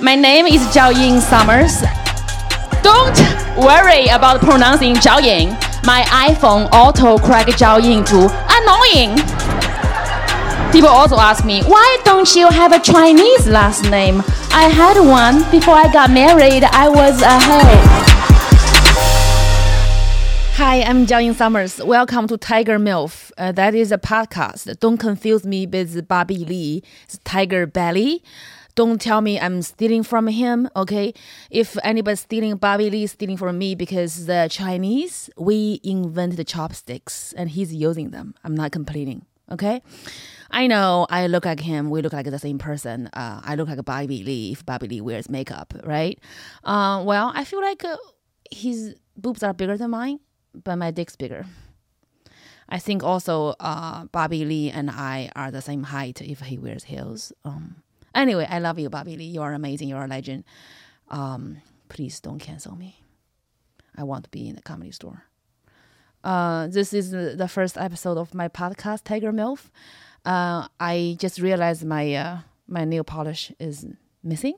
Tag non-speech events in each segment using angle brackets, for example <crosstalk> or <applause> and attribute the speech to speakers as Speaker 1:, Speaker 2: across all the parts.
Speaker 1: My name is Zhao Ying Summers. Don't worry about pronouncing Zhao Ying. My iPhone auto correct Zhao Ying to annoying. People also ask me, why don't you have a Chinese last name? I had one before I got married. I was uh, a hoe. Hi, I'm Jiao Ying Summers. Welcome to Tiger MILF. Uh, that is a podcast. Don't confuse me with Bobby Lee, It's Tiger Belly. Don't tell me I'm stealing from him, okay? If anybody's stealing Bobby Lee, stealing from me because the Chinese, we invented the chopsticks and he's using them. I'm not complaining, okay? I know I look like him. We look like the same person. Uh, I look like Bobby Lee if Bobby Lee wears makeup, right? Uh, well, I feel like uh, his boobs are bigger than mine, but my dick's bigger. I think also uh, Bobby Lee and I are the same height if he wears heels. Um, anyway, I love you, Bobby Lee. You are amazing. You are a legend. Um, please don't cancel me. I want to be in the comedy store. Uh, this is the the first episode of my podcast, Tiger MILF. Uh, I just realized my uh, my nail polish is missing.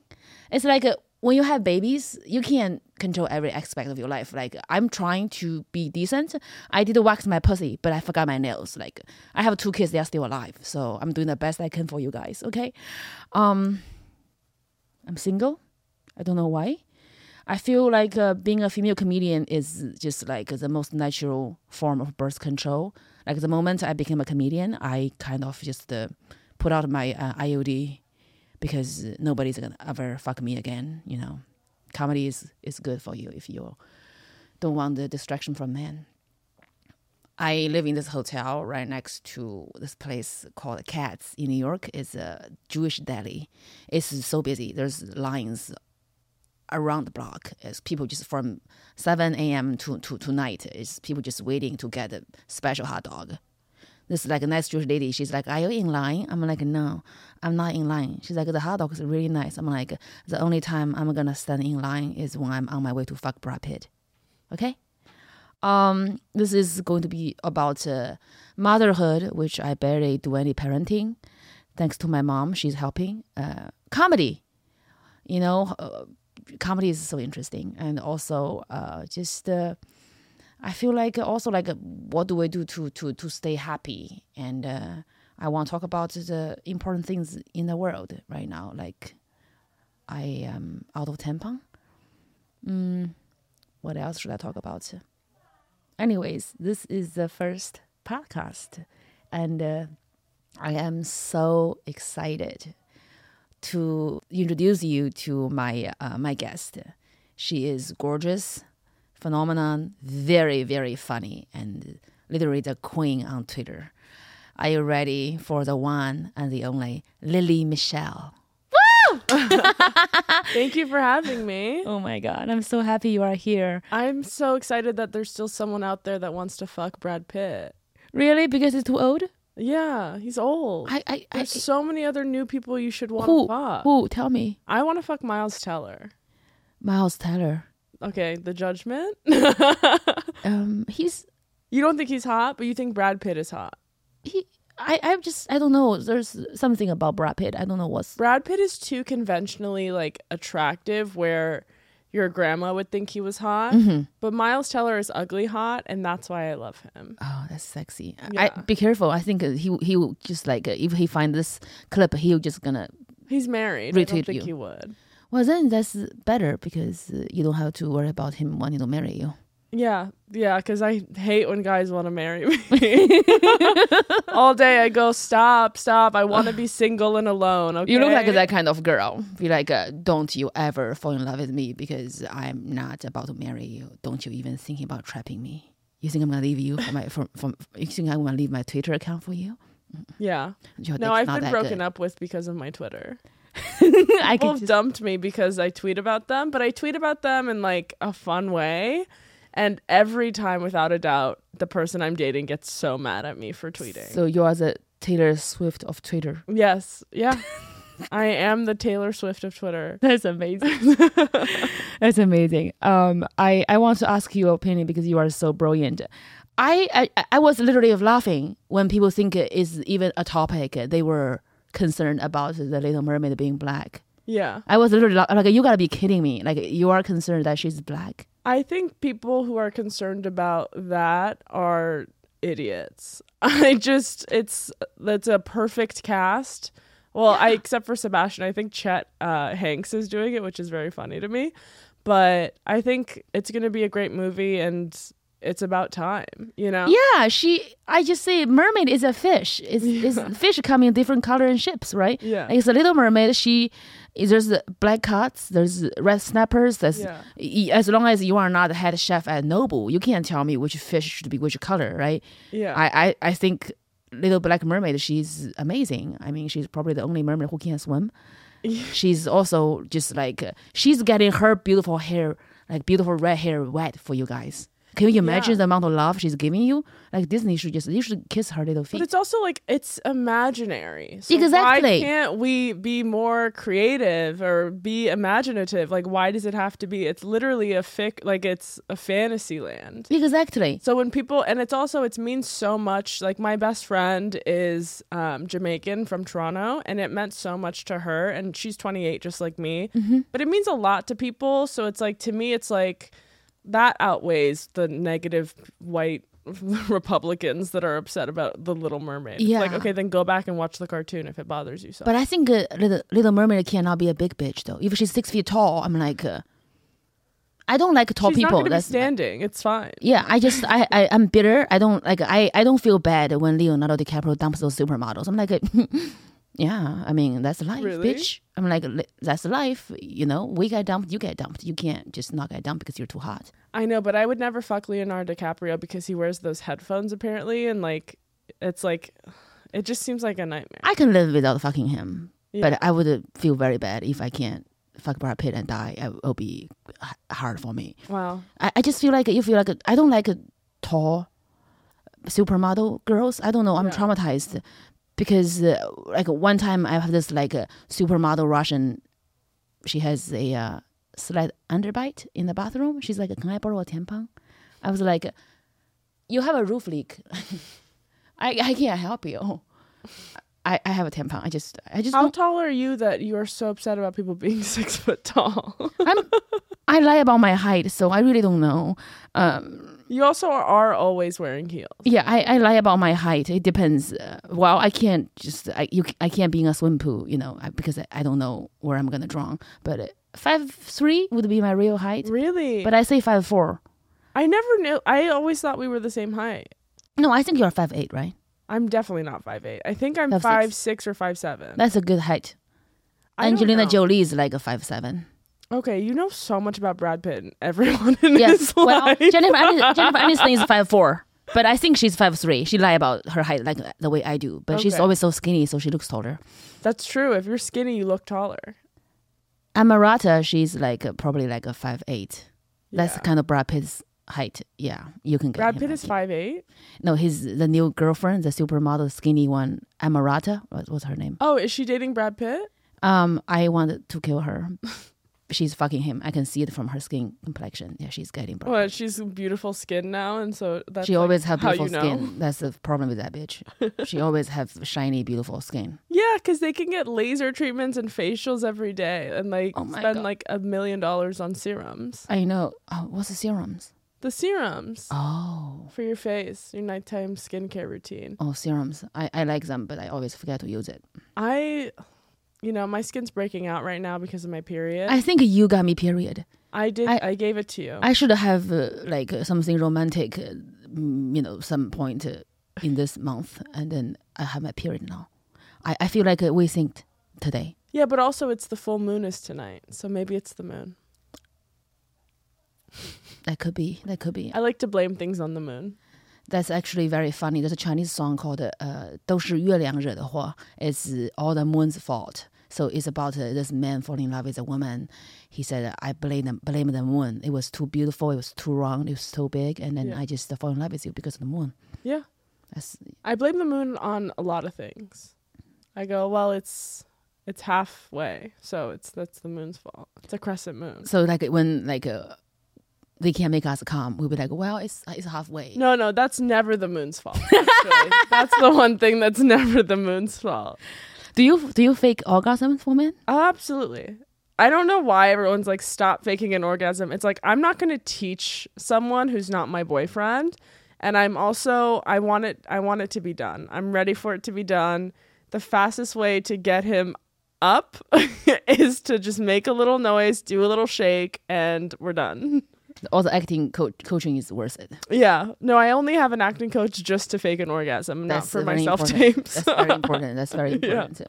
Speaker 1: It's like uh, when you have babies, you can't control every aspect of your life. Like I'm trying to be decent. I did wax my pussy, but I forgot my nails. Like I have two kids; they are still alive, so I'm doing the best I can for you guys. Okay, um, I'm single. I don't know why. I feel like uh, being a female comedian is just like the most natural form of birth control. Like the moment I became a comedian, I kind of just uh, put out my uh, IOD because nobody's gonna ever fuck me again. You know, comedy is is good for you if you don't want the distraction from men. I live in this hotel right next to this place called Cats in New York. It's a Jewish deli. It's so busy. There's lines around the block is people just from 7 a.m. to, to, to night is people just waiting to get a special hot dog. This like a nice Jewish lady. She's like, "Are you in line?" I'm like, "No, I'm not in line." She's like, "The hot dog is really nice." I'm like, "The only time I'm gonna stand in line is when I'm on my way to fuck Brad Pitt." Okay. Um, this is going to be about uh, motherhood, which I barely do any parenting. Thanks to my mom, she's helping. Uh, comedy, you know, uh, comedy is so interesting, and also uh, just uh, I feel like also like uh, what do I do to to to stay happy? And uh, I want to talk about the important things in the world right now. Like I am out of tampon. Mm, what else should I talk about? Anyways, this is the first podcast, and uh, I am so excited to introduce you to my uh, my guest. She is gorgeous, phenomenon, very very funny, and literally the queen on Twitter. Are you ready for the one and the only Lily Michelle?
Speaker 2: Thank you for having me.
Speaker 1: Oh my God, I'm so happy you are here.
Speaker 2: I'm so excited that there's still someone out there that wants to fuck Brad Pitt.
Speaker 1: Really, because it's too old.
Speaker 2: Yeah, he's old.
Speaker 1: I I, I
Speaker 2: there's so many other new people you should want
Speaker 1: who
Speaker 2: to fuck.
Speaker 1: who tell me
Speaker 2: I want to fuck Miles Teller.
Speaker 1: Miles Teller.
Speaker 2: Okay, the judgment. <laughs> you
Speaker 1: Um, he's
Speaker 2: don't think he's hot, but you think Brad Pitt is hot.
Speaker 1: he I, I just I don't know. There's something about Brad Pitt. I don't know what's
Speaker 2: Brad Pitt is too conventionally like attractive where your grandma would think he was hot,
Speaker 1: Mm-hmm.
Speaker 2: but Miles Teller is ugly hot, and that's why I love him.
Speaker 1: oh that's sexy. I
Speaker 2: Yeah.
Speaker 1: be careful. I think uh, he he will just like uh, if he find this clip, he'll just gonna
Speaker 2: He's married. I
Speaker 1: Retweet
Speaker 2: don't think
Speaker 1: you.
Speaker 2: he would.
Speaker 1: well then that's better because uh, you don't have to worry about him wanting to marry you.
Speaker 2: Yeah, yeah, because I hate when guys want to marry me.
Speaker 1: <laughs>
Speaker 2: All day I go, stop, stop. I want to be single and alone. Okay?
Speaker 1: You look like that kind of girl. Be like, uh, don't you ever fall in love with me because I'm not about to marry you. Don't you even think about trapping me? You think I'm gonna leave you for my from from? You think I'm gonna leave my Twitter account for you?
Speaker 2: Yeah.
Speaker 1: Your
Speaker 2: No,
Speaker 1: dick's
Speaker 2: I've
Speaker 1: not
Speaker 2: been
Speaker 1: that
Speaker 2: broken
Speaker 1: <laughs> good.
Speaker 2: up with because of my Twitter.
Speaker 1: I
Speaker 2: People
Speaker 1: can
Speaker 2: have
Speaker 1: just,
Speaker 2: dumped me because I tweet about them, but I tweet about them in like a fun way. And every time, without a doubt, the person I'm dating gets so mad at me for tweeting.
Speaker 1: so you are the Taylor Swift of Twitter.
Speaker 2: yes.
Speaker 1: <laughs>
Speaker 2: Yeah. I am the Taylor Swift of Twitter. <laughs>
Speaker 1: That's amazing. That's amazing. Um, I, I want to ask you your opinion because you are so brilliant. I, I I was literally laughing when people think it is even a topic. They were concerned about the Little Mermaid being black.
Speaker 2: Yeah.
Speaker 1: I was literally like, like, you gotta be kidding me. Like, you are concerned that she's black.
Speaker 2: I think people who are concerned about that are idiots. <laughs> I just it's that's a perfect cast. Well, I except for Sebastian, I think Chet uh, Hanks is doing it, which is very funny to me. But I think it's going to be a great movie, and it's about time. You know?
Speaker 1: Yeah, she. I just say mermaid is a fish.
Speaker 2: <laughs>
Speaker 1: It's, it's fish come in different color and shapes, right?
Speaker 2: Yeah.
Speaker 1: Like it's a little mermaid. She is there's black cats, there's red snappers. There's
Speaker 2: Yeah.
Speaker 1: y- as long as you are not the head chef at Noble, you can't tell me which fish should be which color, right?
Speaker 2: Yeah.
Speaker 1: I I, I think. Little Black Mermaid, she's amazing. I mean, she's probably the only mermaid who can
Speaker 2: <laughs>
Speaker 1: swim. She's also just like she's getting her beautiful hair, like beautiful red hair, wet for you guys. Can you imagine the amount of love she's giving you? Like Disney should just you should kiss her little
Speaker 2: But
Speaker 1: feet.
Speaker 2: it's also like it's imaginary. So
Speaker 1: Exactly.
Speaker 2: Why can't we be more creative or be imaginative? Like, why does it have to be? It's literally a fic. Like, it's a fantasy land.
Speaker 1: Exactly.
Speaker 2: So when people and it's also it means so much. Like my best friend is um, Jamaican from Toronto, and it meant so much to her. And she's 28, just like me.
Speaker 1: Mm-hmm.
Speaker 2: But it means a lot to people. So it's like to me, it's like that outweighs the negative white <laughs> Republicans that are upset about the Little Mermaid. It's like
Speaker 1: Yeah.
Speaker 2: okay, then go back and watch the cartoon if it bothers you so.
Speaker 1: But I think uh, little, little Mermaid cannot be a big bitch though. If she's six feet tall, I'm like, uh, I don't like tall
Speaker 2: she's not
Speaker 1: people.
Speaker 2: gonna be
Speaker 1: That's
Speaker 2: standing. It's fine.
Speaker 1: yeah, I just I, I I'm bitter. I don't like I I don't feel bad when Leonardo DiCaprio dumps those supermodels. I'm like, <laughs> yeah, I mean that's life,
Speaker 2: Really?
Speaker 1: bitch. I'm like li- that's life. You know, we get dumped, you get dumped. You can't just not get dumped because you're too hot.
Speaker 2: I know, but I would never fuck Leonardo DiCaprio because he wears those headphones apparently, and like, it's like, it just seems like a nightmare.
Speaker 1: I can live without fucking him,
Speaker 2: Yeah.
Speaker 1: but I would uh, feel very bad if I can't fuck Brad Pitt and die. It will be h- hard for me.
Speaker 2: Wow.
Speaker 1: I, I just feel like if you like, I don't like a tall supermodel girls. I don't know. I'm
Speaker 2: Yeah.
Speaker 1: traumatized because uh, like one time I have this like a supermodel Russian. She has a uh, slight underbite in the bathroom. She's like, "Can I borrow a tampon?" I was like, "You have a roof leak. <laughs> I I can't help you." I, I have a tampon. I just I just
Speaker 2: How
Speaker 1: don't-
Speaker 2: tall are you that you are so upset about people being <laughs> six foot tall? <laughs>
Speaker 1: I lie about my height, so I really don't know. Um,
Speaker 2: you also are always wearing heels.
Speaker 1: Yeah, I, I lie about my height. It depends. Uh, well, I can't just I you I can't be in a swim pool, you know, I- because I, I don't know where I'm gonna drown. But uh, five three would be my real height.
Speaker 2: Really?
Speaker 1: But I say five four.
Speaker 2: I never knew. I always thought we were the same height.
Speaker 1: No, I think you're five eight, right?
Speaker 2: I'm definitely not five eight. I think I'm
Speaker 1: Five six.
Speaker 2: five six or five seven.
Speaker 1: That's a good height.
Speaker 2: I don't
Speaker 1: Angelina
Speaker 2: know.
Speaker 1: Jolie is like a five
Speaker 2: <laughs>
Speaker 1: seven.
Speaker 2: Okay, you know so much about Brad Pitt and everyone <laughs> in
Speaker 1: Yes.
Speaker 2: his
Speaker 1: well,
Speaker 2: life.
Speaker 1: Jennifer
Speaker 2: <laughs>
Speaker 1: Aniston, Jennifer Aniston is five four, but I think she's five three. She lie about her height like the way I do, but she's
Speaker 2: Okay.
Speaker 1: always so skinny, so she looks taller.
Speaker 2: That's true. If you're skinny, you look taller.
Speaker 1: Amarata, she's like uh, probably like a five eight. That's
Speaker 2: Yeah.
Speaker 1: kind of Brad Pitt's height. Yeah, you can get
Speaker 2: Brad
Speaker 1: him
Speaker 2: Pitt
Speaker 1: like
Speaker 2: is
Speaker 1: him.
Speaker 2: five eight.
Speaker 1: No, his the new girlfriend, the supermodel, skinny one, Amarata. What was her name?
Speaker 2: Oh, is she dating Brad Pitt?
Speaker 1: Um, I wanted to kill her. <laughs> she's fucking him. I can see it from her skin complexion. Yeah, she's getting brown.
Speaker 2: Well, she's beautiful skin now, and so that's
Speaker 1: she
Speaker 2: like
Speaker 1: always have
Speaker 2: how
Speaker 1: beautiful
Speaker 2: you know.
Speaker 1: skin. That's the problem with that
Speaker 2: <laughs>
Speaker 1: bitch. she always have shiny, beautiful skin.
Speaker 2: Yeah, because they can get laser treatments and facials every day, and like
Speaker 1: Oh my
Speaker 2: spend
Speaker 1: God.
Speaker 2: like a million dollars on serums.
Speaker 1: I know. Oh, what's the serums?
Speaker 2: The serums
Speaker 1: Oh,
Speaker 2: for your face, your nighttime skincare routine.
Speaker 1: oh, serums. I I like them, but I always forget to use it.
Speaker 2: I, you know, my skin's breaking out right now because of my period. I,
Speaker 1: I think you got me. Period.
Speaker 2: did.
Speaker 1: I-
Speaker 2: I, gave it to you.
Speaker 1: I should have uh, like uh, something romantic, uh, mm, you know, some point uh, in this month, and then I have my period now. I, I feel like uh, we synced today.
Speaker 2: yeah, but also it's the full moon is tonight, so maybe it's the moon.
Speaker 1: That could be. That could be.
Speaker 2: I like to blame things on the moon.
Speaker 1: That's actually very funny. There's a Chinese song called uh, 都是月亮惹的祸. It's uh, all the moon's fault. So it's about uh, this man falling in love with a woman. He said, "I blame the, blame the moon. It was too beautiful. It was too round. It was too big, and then
Speaker 2: Yeah.
Speaker 1: I just fall in love with you because of the moon."
Speaker 2: Yeah.
Speaker 1: That's
Speaker 2: I blame the moon on a lot of things. I go, well, it's it's halfway, so it's that's the moon's fault. It's a crescent moon.
Speaker 1: So like when like uh, they can't make us come, we'll be like, well, it's uh, it's halfway.
Speaker 2: No, no, that's never the moon's fault. actually. that's the one thing that's never the moon's fault.
Speaker 1: Do you do you fake orgasms for men?
Speaker 2: Absolutely. I don't know why everyone's like, stop faking an orgasm. It's like, I'm not going to teach someone who's not my boyfriend. And I'm also, I want it, I want it to be done. I'm ready for it to be done. The fastest way to get him up <laughs> is to just make a little noise, do a little shake, and we're done. <laughs>
Speaker 1: All the acting co- coaching is worth it.
Speaker 2: Yeah. No, I only have an acting coach just to fake an orgasm,
Speaker 1: That's
Speaker 2: not for
Speaker 1: very
Speaker 2: myself
Speaker 1: important.
Speaker 2: tapes.
Speaker 1: That's
Speaker 2: <laughs>
Speaker 1: very important. That's very important.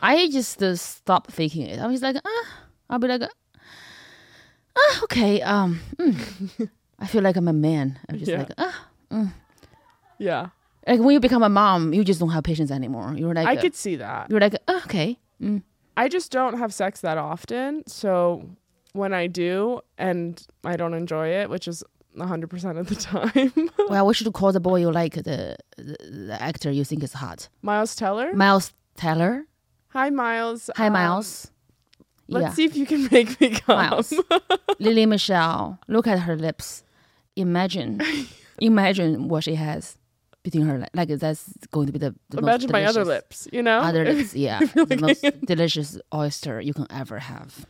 Speaker 1: I just uh, stopped faking it. I was like, ah, I'll be like, ah, okay. Um,
Speaker 2: <laughs>
Speaker 1: mm. I feel like I'm a man. I'm just
Speaker 2: Yeah.
Speaker 1: like, ah.
Speaker 2: yeah.
Speaker 1: Like when you become a mom, you just don't have patience anymore. You're like,
Speaker 2: I
Speaker 1: uh,
Speaker 2: could see that.
Speaker 1: you're like, ah, okay. Mm.
Speaker 2: I just don't have sex that often. So when I do and I don't enjoy it, which is 100% of the <laughs> time,
Speaker 1: Well, we should call the boy you like the, the the actor you think is hot.
Speaker 2: Miles Teller.
Speaker 1: Miles Teller.
Speaker 2: Hi, Miles.
Speaker 1: Hi,
Speaker 2: Um,
Speaker 1: Miles.
Speaker 2: Let's see if you can make me come. <laughs>
Speaker 1: Miles. Lily Michelle. Look at her lips.
Speaker 2: <laughs>
Speaker 1: Imagine, imagine what she has between her li- like that's going to be the, the most
Speaker 2: Imagine my other
Speaker 1: delicious-
Speaker 2: lips, you know?
Speaker 1: Other
Speaker 2: <laughs>
Speaker 1: lips, yeah, the most delicious oyster you can ever have.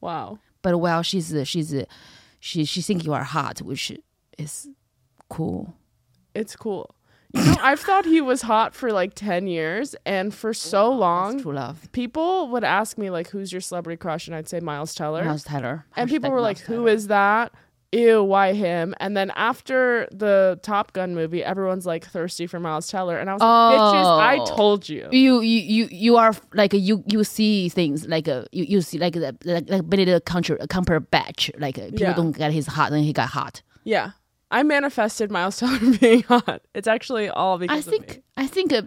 Speaker 2: wow.
Speaker 1: But well, she's uh, she's uh, she she think you are hot, which is cool.
Speaker 2: It's cool. You know, I've thought he was hot for like 10 years. And for so long,
Speaker 1: True love.
Speaker 2: people would ask me, like, who's your celebrity crush? And I'd say Miles Teller.
Speaker 1: Miles Teller.
Speaker 2: and
Speaker 1: Hashtag
Speaker 2: people were like,
Speaker 1: Miles
Speaker 2: "Who
Speaker 1: Teller.
Speaker 2: is that? Ew, why him?" And then after the Top Gun movie, everyone's like thirsty for Miles Teller, and I was like, "Bitches,
Speaker 1: Oh.
Speaker 2: I told you."
Speaker 1: You, you you you are like you you see things like uh, you you see like the like like Billy the counter compare batch like uh, people
Speaker 2: Yeah.
Speaker 1: don't get his hot and he got hot.
Speaker 2: Yeah, I manifested Miles <laughs> Teller being hot. It's actually all
Speaker 1: I
Speaker 2: because of me.
Speaker 1: think I think uh,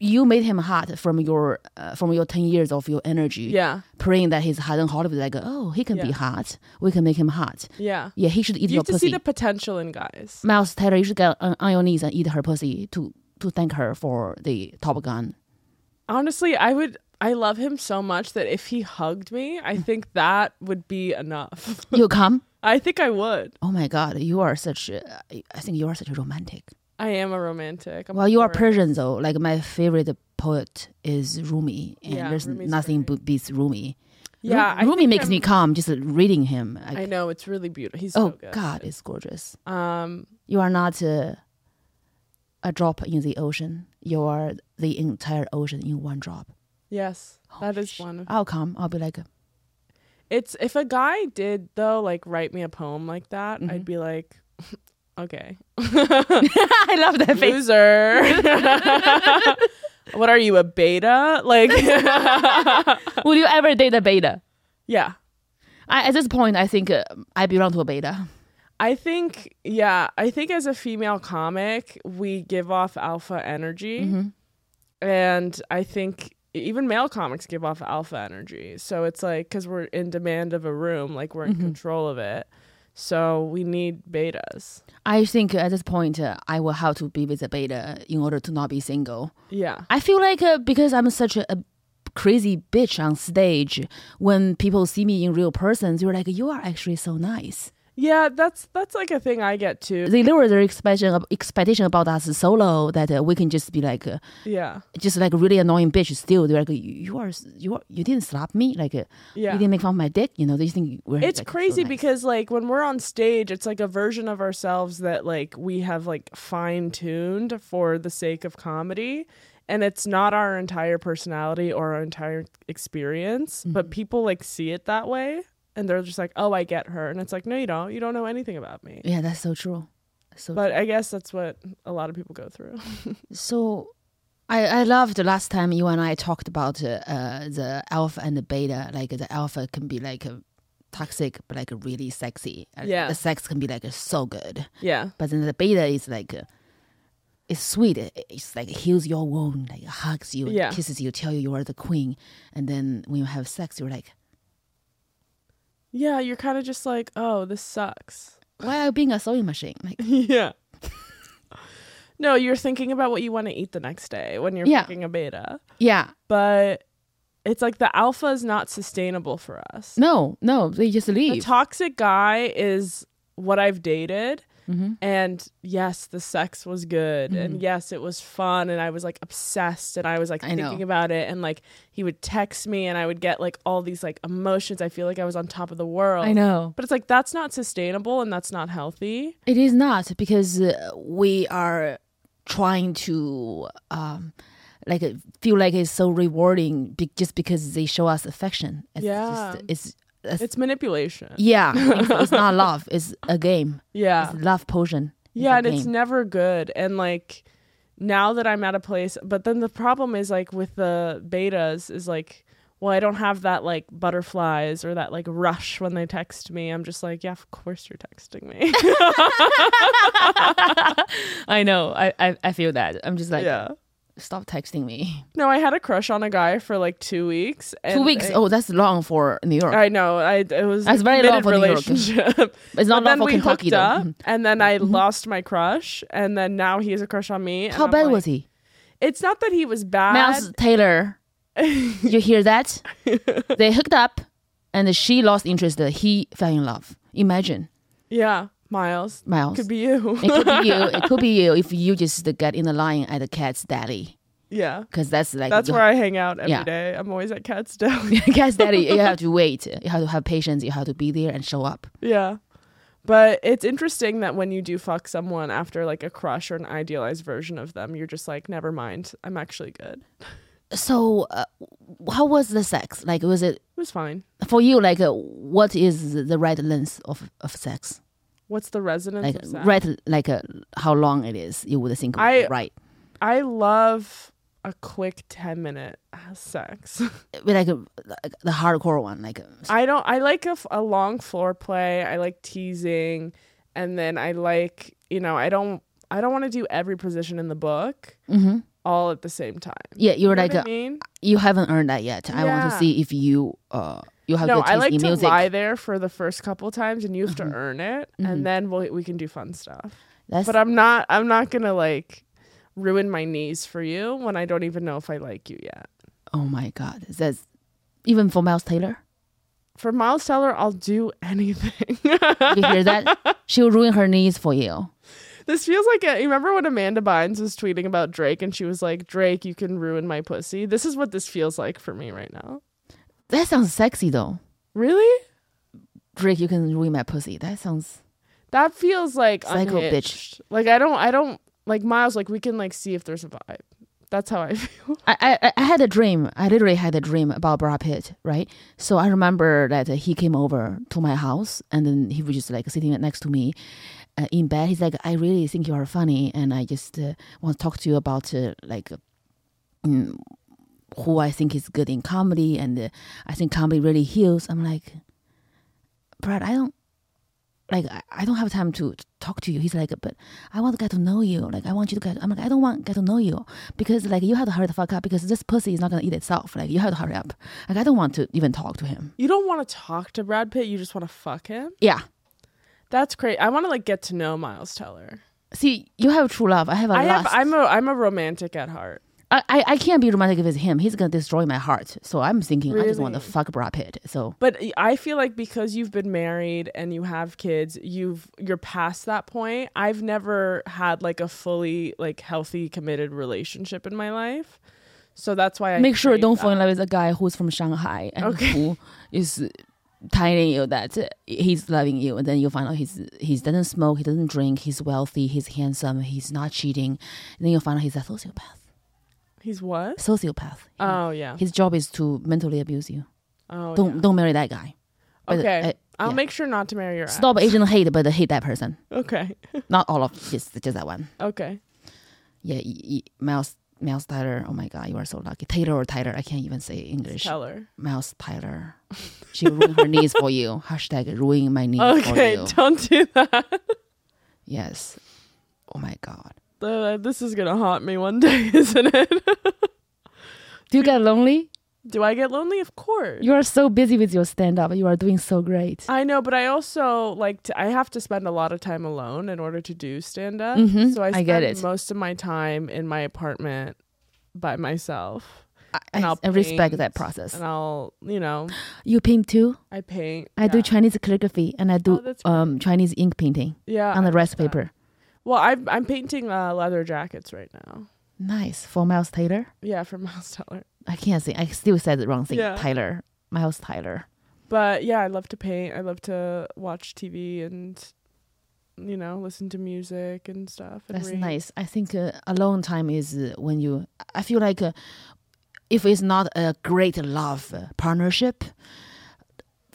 Speaker 1: you made him hot from your uh, from your ten years of your energy.
Speaker 2: Yeah,
Speaker 1: praying that he's hot and Hollywood like oh he can be
Speaker 2: Yeah.
Speaker 1: hot we can make him hot.
Speaker 2: yeah.
Speaker 1: Yeah, he should eat
Speaker 2: You
Speaker 1: your
Speaker 2: have to see
Speaker 1: pussy.
Speaker 2: the potential in guys.
Speaker 1: Miles Taylor, you should get on, on your knees and eat her pussy to to thank her for the Top
Speaker 2: <laughs>
Speaker 1: Gun.
Speaker 2: Honestly, I would. I love him so much that if he hugged me,
Speaker 1: Mm.
Speaker 2: I think that would be enough. <laughs>
Speaker 1: You come.
Speaker 2: I think I would.
Speaker 1: Oh my God, you are such. A, I think you are such a romantic.
Speaker 2: I am a romantic. I'm
Speaker 1: Well, you are
Speaker 2: horrible.
Speaker 1: Persian though. Like my favorite poet is Rumi, and
Speaker 2: Yeah,
Speaker 1: there's
Speaker 2: Rumi's
Speaker 1: nothing
Speaker 2: great.
Speaker 1: b- beats Rumi. Ru-
Speaker 2: Yeah, I
Speaker 1: Rumi
Speaker 2: think
Speaker 1: makes
Speaker 2: I'm-
Speaker 1: me calm just reading him. Like,
Speaker 2: I know it's really beautiful. He's
Speaker 1: oh
Speaker 2: so good.
Speaker 1: God, it's gorgeous.
Speaker 2: Um,
Speaker 1: You are not uh, a drop in the ocean. You are the entire ocean in one drop.
Speaker 2: Yes, that is one. Of,
Speaker 1: I'll come. I'll be
Speaker 2: <laughs>
Speaker 1: like,
Speaker 2: it's if a guy did though, like write me a poem like that, I'd be like, <laughs> okay,
Speaker 1: I love that face.
Speaker 2: loser. <laughs> what are you a beta? Like, <laughs>
Speaker 1: Would you ever date a beta?
Speaker 2: yeah,
Speaker 1: I, at this point, I think uh, I belong to a beta.
Speaker 2: I think yeah, I think as a female comic, we give off alpha energy, and I think e, even male comics give off alpha energy. So it's like because we're in demand of a room, like we're in control of it. So we need betas.
Speaker 1: I think at this point, uh, I will have to be with a beta in order to not be single.
Speaker 2: Yeah.
Speaker 1: I feel like uh, because I'm such a, a crazy bitch on stage, when people see me in real person, they're like, "You are actually so nice."
Speaker 2: Yeah, that's that's like a thing I get too.
Speaker 1: They lower their expectation expectation about us so low that uh, we can just be like, uh,
Speaker 2: Yeah.
Speaker 1: just like really annoying bitch. Still, they're like, "You- "You are you are you didn't slap me, like uh,
Speaker 2: Yeah.
Speaker 1: you didn't make fun of my dick." You know, they think we're
Speaker 2: It's
Speaker 1: like, so
Speaker 2: crazy
Speaker 1: nice.
Speaker 2: because like when we're on stage, it's like a version of ourselves that like we have like fine tuned for the sake of comedy. And it's not our entire personality or our entire experience,
Speaker 1: Mm-hmm.
Speaker 2: but people like see it that way and they're just like, Oh, I get her and it's like, No, you don't. You don't know anything about me.
Speaker 1: yeah, that's so true. So
Speaker 2: But I guess that's what a lot of people go through.
Speaker 1: So I, I loved last time you and I talked about uh, uh, the alpha and the beta. Like the alpha can be like a toxic, but like really sexy. Uh,
Speaker 2: Yeah.
Speaker 1: The sex can be like so good.
Speaker 2: yeah.
Speaker 1: But then the beta is like, uh, it's sweet. It- It's like heals your wound, like hugs you,
Speaker 2: Yeah.
Speaker 1: kisses you, tell you you are the queen. And then when you have sex, you're like,
Speaker 2: Yeah, you're kinda just like, Oh, this sucks.
Speaker 1: why are you being a sewing machine? Like, <laughs>
Speaker 2: yeah. No, you're thinking about what you want to eat the next day when you're
Speaker 1: Yeah.
Speaker 2: fucking a beta.
Speaker 1: yeah.
Speaker 2: But it's like the alpha is not sustainable for us.
Speaker 1: No, no, they just
Speaker 2: The
Speaker 1: leave.
Speaker 2: toxic guy is what I've dated
Speaker 1: Mm-hmm.
Speaker 2: And yes, the sex was good. And yes, it was fun. And I was like obsessed. And I was like
Speaker 1: I
Speaker 2: thinking
Speaker 1: know.
Speaker 2: about it. And like he would text me and I would get like all these like emotions. I feel like I was on top of the world.
Speaker 1: I know.
Speaker 2: But it's like that's not sustainable and that's not healthy.
Speaker 1: It is not because uh, we are trying to um, like uh, feel like it's so rewarding be- just because they show us affection. It's
Speaker 2: Yeah.
Speaker 1: just, it's, it's
Speaker 2: It's manipulation.
Speaker 1: yeah, it's, it's <laughs> not love. It's a game.
Speaker 2: Yeah.
Speaker 1: It's a love potion. It's
Speaker 2: yeah
Speaker 1: a
Speaker 2: and it's
Speaker 1: game.
Speaker 2: never good and like now that i'm at a place but then the problem is like with the betas is like well i don't have that like butterflies or that like rush when they text me i'm just like yeah of course you're texting me
Speaker 1: I know. I, I <laughs> I feel that. I'm
Speaker 2: <laughs>
Speaker 1: just like
Speaker 2: yeah
Speaker 1: stop texting me.
Speaker 2: no i had a crush on a guy for like two weeks and
Speaker 1: Two weeks.
Speaker 2: I,
Speaker 1: oh, that's long for New York.
Speaker 2: i know i it was
Speaker 1: That's
Speaker 2: a
Speaker 1: very long
Speaker 2: committed
Speaker 1: for New York.
Speaker 2: relationship
Speaker 1: <laughs> it's
Speaker 2: But
Speaker 1: not long
Speaker 2: then
Speaker 1: for
Speaker 2: we
Speaker 1: Kentucky
Speaker 2: hooked
Speaker 1: though.
Speaker 2: up,
Speaker 1: Mhm.
Speaker 2: and then I lost my crush, and then now he has a crush on me. and
Speaker 1: How
Speaker 2: I'm
Speaker 1: bad
Speaker 2: like-
Speaker 1: was he?
Speaker 2: It's not that he was bad.
Speaker 1: Miles <laughs> Taylor. you hear <laughs> that? they hooked up and she lost interest. He fell in love. Imagine,
Speaker 2: Yeah, Miles.
Speaker 1: Miles.
Speaker 2: Could be you.
Speaker 1: it could be you. It could <laughs> be you if you just get in the line at the cat's daddy.
Speaker 2: <laughs> yeah.
Speaker 1: Because that's like
Speaker 2: That's
Speaker 1: you-
Speaker 2: where I hang out every
Speaker 1: Yeah.
Speaker 2: day. I'm always at Cat's Deli.
Speaker 1: <laughs> cat's daddy. You have to wait. You have to have patience. You have to be there and show up.
Speaker 2: <laughs> yeah. But it's interesting that when you do fuck someone after like a crush or an idealized version of them, you're just like, never mind. I'm actually good. It
Speaker 1: So, uh, how was the sex? Like, was it
Speaker 2: was fine.
Speaker 1: for you? Like, uh, what is the- the right length of of sex?
Speaker 2: What's the resonance
Speaker 1: Like,
Speaker 2: of sex?
Speaker 1: right? Like, uh, how long it is? You would think
Speaker 2: I-
Speaker 1: right.
Speaker 2: I love a quick 10 minute sex. <laughs>
Speaker 1: But like, uh, like the hardcore one. Like, uh,
Speaker 2: I don't, I like a, f- a long floor play. I like teasing. And then I like, you know, I don't, I don't want to do every position in the book
Speaker 1: mhm.
Speaker 2: all at the same time.
Speaker 1: yeah, you were
Speaker 2: You
Speaker 1: like,
Speaker 2: know what
Speaker 1: uh,
Speaker 2: I mean?
Speaker 1: you haven't earned that yet. I want to
Speaker 2: Yeah.
Speaker 1: see if you uh you have
Speaker 2: no,
Speaker 1: good taste
Speaker 2: I like
Speaker 1: in
Speaker 2: to
Speaker 1: music. Mm-hmm.
Speaker 2: lie there for the first couple times, and you have to earn it, and then we'll, we can do fun stuff.
Speaker 1: That's
Speaker 2: But I'm not I'm not gonna like ruin my knees for you when I don't even know if I like you yet.
Speaker 1: oh my god. That's even for Miles Taylor.
Speaker 2: For Miles Teller, I'll do <laughs> anything.
Speaker 1: You hear that? She'll ruin her knees for you.
Speaker 2: this feels like a, you remember when Amanda Bynes was tweeting about Drake, and she was like, "Drake, you can ruin my pussy." This is what this feels like for me right now.
Speaker 1: That sounds sexy though.
Speaker 2: Really,
Speaker 1: Drake, you can ruin my pussy. That sounds
Speaker 2: that feels like
Speaker 1: Psycho bitch.
Speaker 2: unhinged. Like I don't I don't like Miles. Like we can like see if there's a vibe. That's how I <laughs> feel.
Speaker 1: I, I I had a dream. I literally had a dream about Brad Pitt, right? So I remember that he came over to my house, and then he was just like sitting next to me uh, in bed. He's like, "I really think you are funny, and I just uh, want to talk to you about uh, like mm, who I think is good in comedy, and uh, I think comedy really heals." I'm like, Brad, I don't like I, I don't have time to, to talk to you. He's like, but I want to get to know you. Like I want you to get. I'm like I don't want to get to know you because like you have to hurry the fuck up because this pussy is not gonna eat itself. Like you have to hurry up. Like I don't want to even talk to him.
Speaker 2: You don't want to talk to Brad Pitt. You just want to fuck him.
Speaker 1: Yeah.
Speaker 2: That's great. I want to like get to know Miles Teller.
Speaker 1: See, you have true love. I have a
Speaker 2: I have.
Speaker 1: lust.
Speaker 2: I'm a. I'm a romantic at heart.
Speaker 1: I, I I can't be romantic with him. He's gonna destroy my heart. So I'm thinking I just want to
Speaker 2: Really?
Speaker 1: fuck Brad Pitt. So
Speaker 2: But I feel like because you've been married and you have kids, you've you're past that point. I've never had like a fully like healthy committed relationship in my life, so that's why I
Speaker 1: make sure
Speaker 2: crave
Speaker 1: don't
Speaker 2: that.
Speaker 1: fall in love with a guy who's from Shanghai and
Speaker 2: Okay.
Speaker 1: who is telling you that he's loving you, and then you find out he's he doesn't smoke, he doesn't drink, he's wealthy, he's handsome, he's not cheating, and then you find out he's a sociopath.
Speaker 2: He's what?
Speaker 1: Sociopath.
Speaker 2: Oh yeah.
Speaker 1: His job is to mentally abuse you.
Speaker 2: Oh
Speaker 1: Don't don't marry that guy. But,
Speaker 2: okay.
Speaker 1: uh,
Speaker 2: I'll
Speaker 1: yeah.
Speaker 2: make sure not to marry your ass.
Speaker 1: Stop Asian hate, but hate that person.
Speaker 2: Okay.
Speaker 1: Not all of just just that one.
Speaker 2: okay.
Speaker 1: Yeah, y- y- Miles Miles Tyler. Oh my God, you are so lucky. Taylor or Tyler? I can't even say English.
Speaker 2: Teller.
Speaker 1: Mouse Tyler. She ruined her knees for <laughs> you. Hashtag ruining my knees
Speaker 2: Okay.
Speaker 1: for you.
Speaker 2: <laughs> Don't do that.
Speaker 1: yes. Oh my God.
Speaker 2: Uh, this is gonna haunt me one <laughs> day, isn't it?
Speaker 1: Do you get lonely?
Speaker 2: Do I get lonely? Of course.
Speaker 1: You are so busy with your stand up. You are doing so great.
Speaker 2: I know, but I also like to, I have to spend a lot of time alone in order to do stand up.
Speaker 1: Mhm,
Speaker 2: So I
Speaker 1: I
Speaker 2: spend
Speaker 1: get it.
Speaker 2: most of my time in my apartment by myself.
Speaker 1: I,
Speaker 2: and
Speaker 1: I,
Speaker 2: I'll
Speaker 1: I respect
Speaker 2: paint
Speaker 1: that process.
Speaker 2: and I'll, you know,
Speaker 1: You paint too?
Speaker 2: I paint.
Speaker 1: I do
Speaker 2: yeah. Oh,
Speaker 1: Chinese calligraphy and I do
Speaker 2: that's
Speaker 1: um, Chinese ink painting
Speaker 2: yeah.
Speaker 1: on the rice
Speaker 2: understand.
Speaker 1: paper.
Speaker 2: Well, I'm I'm painting uh, leather jackets right now.
Speaker 1: Nice. For Miles Taylor?
Speaker 2: Yeah, for <laughs> Miles Teller.
Speaker 1: I can't say. I still said the wrong thing.
Speaker 2: Yeah.
Speaker 1: Tyler. Miles Tyler.
Speaker 2: But yeah, I love to paint. I love to watch TV and you know listen to music and stuff. And
Speaker 1: That's
Speaker 2: read.
Speaker 1: nice. I think uh, alone time is uh, when you. I feel like uh, if it's not a great love uh, partnership,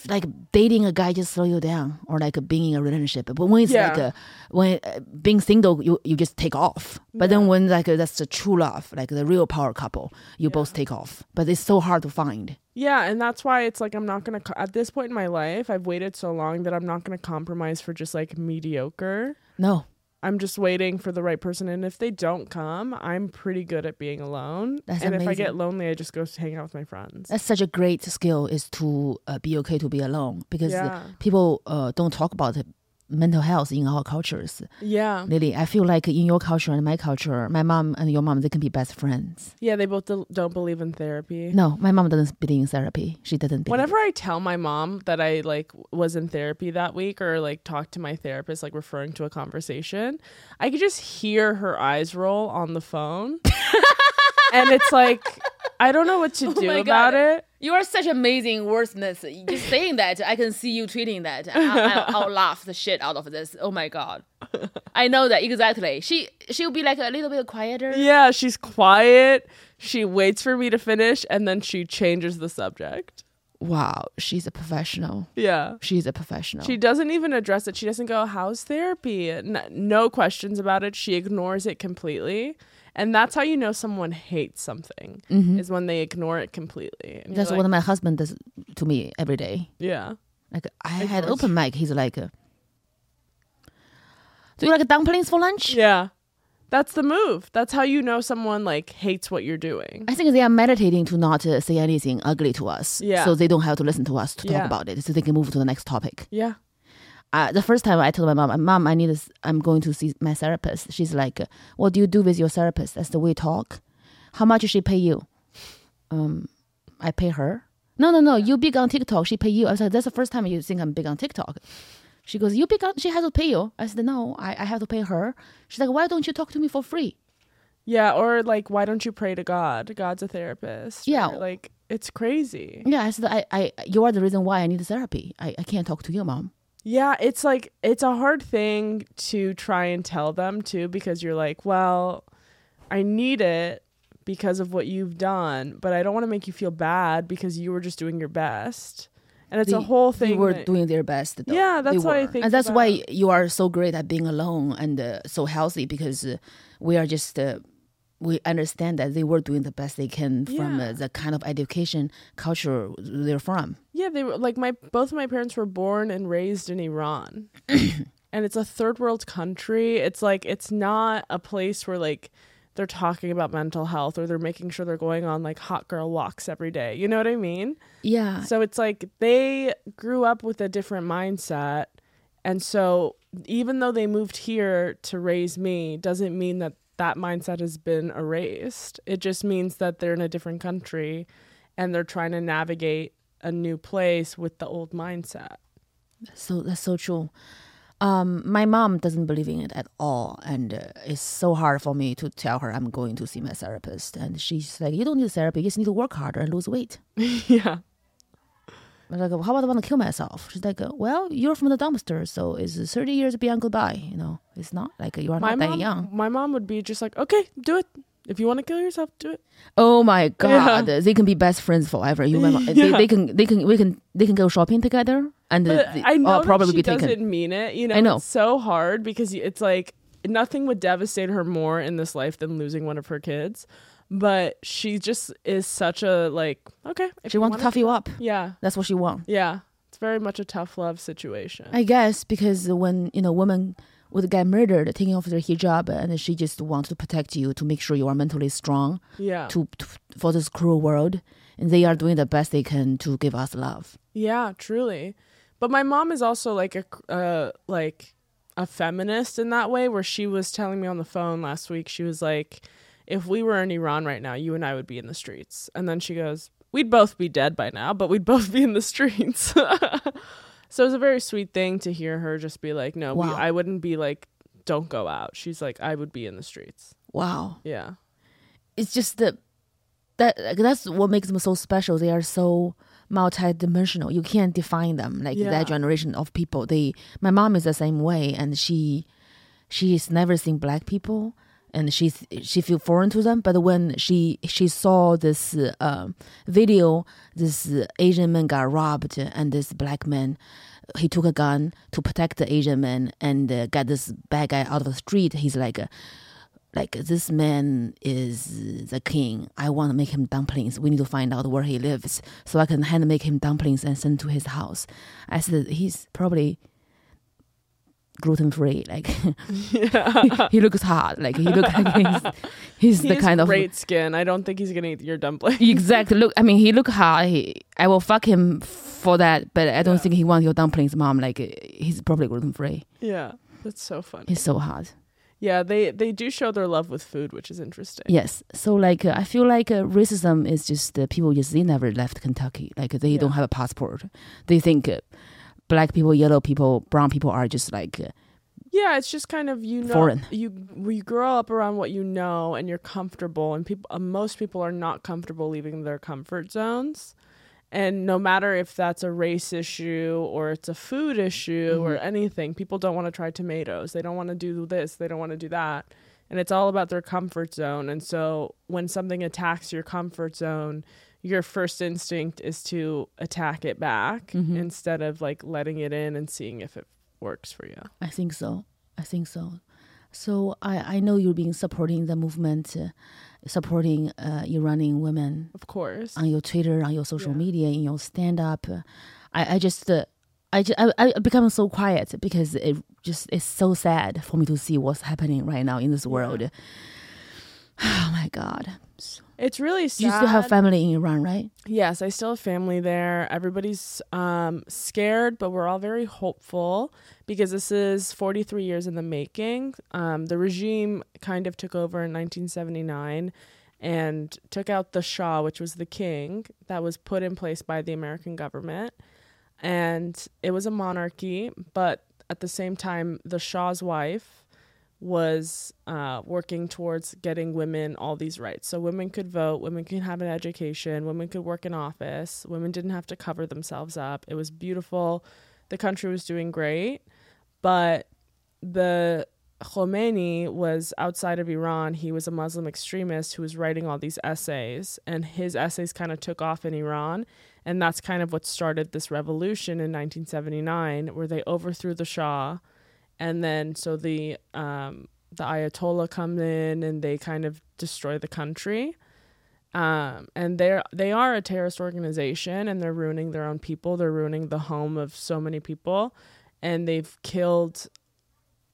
Speaker 1: like dating a guy just slow you down, or like being in a relationship. But when it's like
Speaker 2: Yeah.
Speaker 1: a, when uh, being single, you you just take off. But then
Speaker 2: Yeah.
Speaker 1: when like uh, that's the true love, like the real power couple, you both take off. But it's so hard to find.
Speaker 2: Yeah, and that's why it's like I'm not gonna co- at this point in my life. I've waited so long that I'm not gonna compromise for just like mediocre.
Speaker 1: No,
Speaker 2: I'm just waiting for the right person, and if they don't come, I'm pretty good at being alone.
Speaker 1: That's
Speaker 2: and if I
Speaker 1: amazing.
Speaker 2: get lonely, I just go s- hang out with my friends.
Speaker 1: that's such a great skill is to uh, be okay to be alone because uh,
Speaker 2: Yeah.
Speaker 1: people uh, don't talk about uh, mental health in our cultures.
Speaker 2: Yeah,
Speaker 1: Lily, I feel like in your culture and my culture, my mom and your mom, they can be best friends.
Speaker 2: yeah. They both do- don't believe in therapy.
Speaker 1: No, my mom doesn't believe in therapy. She doesn't believe.
Speaker 2: Whenever I tell my mom that I like w- was in therapy that week or like talked to my therapist like referring to a conversation, I could just hear her eyes roll on the
Speaker 1: <laughs>
Speaker 2: phone. and it's like I don't know what to do
Speaker 1: Oh my
Speaker 2: about
Speaker 1: God.
Speaker 2: it.
Speaker 1: you are such amazing wordsmith. Just saying that, I can see you tweeting that. I, will laugh the shit out of this. Oh my god, I know that exactly. She she'll be like a little bit quieter.
Speaker 2: Yeah, she's quiet. She waits for me to finish and then she changes the subject.
Speaker 1: Wow, she's a professional.
Speaker 2: Yeah.
Speaker 1: She's a professional.
Speaker 2: She doesn't even address it. She doesn't go, How's therapy? N- no questions about it. She ignores it completely. And that's how you know someone hates something is when they ignore it completely. And you're
Speaker 1: Mm-hmm. That's
Speaker 2: like,
Speaker 1: what my husband does to me every day.
Speaker 2: Yeah.
Speaker 1: Like I had
Speaker 2: course.
Speaker 1: open mic. He's like, uh, "Do you like dumplings for lunch?"
Speaker 2: Yeah. That's the move. That's how you know someone like hates what you're doing.
Speaker 1: I think they are meditating to not uh, say anything ugly to us.
Speaker 2: Yeah.
Speaker 1: So they don't have to listen to us to talk
Speaker 2: Yeah.
Speaker 1: about it. So they can move to the next topic.
Speaker 2: Yeah.
Speaker 1: Uh, the first time I told my mom, Mom, I need this. I'm going to see my therapist. She's like, What do you do with your therapist? That's the way you talk. How much does she pay you? Um, I pay her. No, no, no. You big on TikTok. She pay you. I said, That's the first time you think I'm big on TikTok. She goes, You big on, she has to pay you. I said, No, I, I have to pay her. She's like, Why don't you talk to me for free?
Speaker 2: Yeah. Or like, why don't you pray to God? God's a therapist.
Speaker 1: Yeah.
Speaker 2: Or, like, it's crazy.
Speaker 1: Yeah, I said, I, I, you are the reason why I need therapy. I, I can't talk to you, Mom.
Speaker 2: Yeah, it's like it's a hard thing to try and tell them too because you're like, well, I need it because of what you've done, but I don't want to make you feel bad because you were just doing your best. And it's a
Speaker 1: They-
Speaker 2: whole
Speaker 1: they
Speaker 2: thing.
Speaker 1: were
Speaker 2: that-
Speaker 1: doing their best. Though.
Speaker 2: Yeah,
Speaker 1: They
Speaker 2: that's what I
Speaker 1: were.
Speaker 2: think
Speaker 1: and that's
Speaker 2: about-
Speaker 1: why you are so great at being alone and uh, so healthy because uh, we are just. Uh, we understand that they were doing the best they can from
Speaker 2: Yeah.
Speaker 1: uh, the kind of education culture they're from.
Speaker 2: yeah, they were like my both of my parents were born and raised
Speaker 1: <coughs>
Speaker 2: in Iran. and it's a third world country. It's like it's not a place where like they're talking about mental health or they're making sure they're going on like hot girl walks every day. You know what I mean?
Speaker 1: Yeah,
Speaker 2: So it's like they grew up with a different mindset. And so even though they moved here to raise me, doesn't mean that that mindset has been erased. It just means that they're in a different country and they're trying to navigate a new place with the old mindset. <laughs>
Speaker 1: so that's so true. Um, my mom doesn't believe in it at all, and uh, it's so hard for me to tell her I'm going to see my therapist. And she's like, "You don't need therapy; you just need to work harder and lose weight."
Speaker 2: yeah.
Speaker 1: I was like, how about I want to kill myself? She's like, well, you're from the dumpster, so it's 30 years beyond goodbye. You know, it's not like you are
Speaker 2: My
Speaker 1: not that
Speaker 2: mom,
Speaker 1: young.
Speaker 2: my mom would be just like, "Okay, do it. If you want to kill yourself, do it."
Speaker 1: Oh my god, they can be best friends forever. You, remember, they, they can, they can, we can, they can go shopping together, and uh,
Speaker 2: But
Speaker 1: they-
Speaker 2: I know
Speaker 1: I'll
Speaker 2: that
Speaker 1: probably
Speaker 2: she
Speaker 1: be
Speaker 2: doesn't
Speaker 1: taken.
Speaker 2: mean it. You know,
Speaker 1: I know.
Speaker 2: it's so hard because y- it's like nothing would devastate her more in this life than losing one of her kids. But she just is such a like okay. if
Speaker 1: She wants to
Speaker 2: wanna-
Speaker 1: tough you up.
Speaker 2: Yeah,
Speaker 1: That's what she wants.
Speaker 2: yeah. It's very much a tough love situation.
Speaker 1: I guess because when you know women would get murdered, taking off their hijab, and she just wants to protect you to make sure you are mentally strong
Speaker 2: yeah,
Speaker 1: to, to for this cruel world, and they are doing the best they can to give us love.
Speaker 2: yeah, truly. But my mom is also like a cr- uh, like a feminist in that way, where she was telling me on the phone last week. She was like. if we were in Iran right now, you and I would be in the streets. And then she goes, We'd both be dead by now, but we'd <laughs> both be in the streets. <laughs> so it was a very sweet thing to hear her just be like, No, we,
Speaker 1: Wow.
Speaker 2: I wouldn't be like, Don't go out. She's like, I would be in the streets.
Speaker 1: Wow. <laughs>
Speaker 2: Yeah. <laughs>
Speaker 1: It's just the that like, that's what makes them so special. They are so multidimensional. You can't define them. Like
Speaker 2: Yeah.
Speaker 1: that generation of people. They my mom is the same way and she she's never seen black people and she's she feel foreign to them but when she she saw this uh, video this asian man got robbed and this black man he took a gun to protect the asian man and uh, got this bad guy out of the street he's like uh, like this man is the king i want to make him dumplings we need to find out where he lives so i can hand make him dumplings and send to his house i said he's probably gluten free like <laughs>
Speaker 2: Yeah.
Speaker 1: he looks hot. Like he looks like he's,
Speaker 2: <laughs>
Speaker 1: he's
Speaker 2: He
Speaker 1: the
Speaker 2: has
Speaker 1: kind of
Speaker 2: great skin. I don't think he's gonna eat your dumpling.
Speaker 1: exactly look. I mean, he look hot. He, I will fuck him for that, but I don't
Speaker 2: Yeah.
Speaker 1: think he wants your dumplings, mom. Like he's probably gluten free.
Speaker 2: <laughs> yeah. That's so funny.
Speaker 1: He's so hot.
Speaker 2: Yeah, they they do show their love with food, which is interesting.
Speaker 1: Yes. So like, uh, I feel like uh, racism is just uh, people just they never left Kentucky. Like they
Speaker 2: Yeah.
Speaker 1: don't have a passport. They think uh, black people, yellow people, brown people are just like uh,
Speaker 2: Yeah, it's just kind of you know
Speaker 1: Foreign.
Speaker 2: you we grow up around what you know and you're comfortable and people uh, most people are not comfortable leaving their comfort zones. And no matter if that's a race issue or it's a food issue or anything, people don't want to try tomatoes. They don't want to do this, they don't want to do that. And it's all about their comfort zone. And so when something attacks your comfort zone, your first instinct is to attack it back instead of like letting it in and seeing if it works for you.
Speaker 1: I think so. I think so. So I, I know you've been supporting the movement, uh, supporting uh, Iranian women
Speaker 2: Of course.
Speaker 1: on your Twitter, on your social
Speaker 2: Yeah.
Speaker 1: media, in your stand up. I, I just, uh, I, just I, I become so quiet because it just it's so sad for me to see what's happening right now in this world. <sighs> Oh my God!
Speaker 2: It's really sad.
Speaker 1: You still have family in Iran, right?
Speaker 2: yes, I still have family there. Everybody's um, scared, but we're all very hopeful because this is 43 years in the making. Um, the regime kind of took over in 1979 and took out the Shah, which was the king that was put in place by the American government. And it was a monarchy, but at the same time, the Shah's wife was uh, working towards getting women all these rights. So women could vote, women could have an education, women could work in office, women didn't have to cover themselves up. It was beautiful. The country was doing great, but the Khomeini was outside of Iran. He was a Muslim extremist who was writing all these essays, and his essays kind of took off in Iran. And that's kind of what started this revolution in 1979, where they overthrew the Shah and then so the um the ayatollah comes in and they kind of destroy the country um and they're they are a terrorist organization and they're ruining their own people they're ruining the home of so many people and they've killed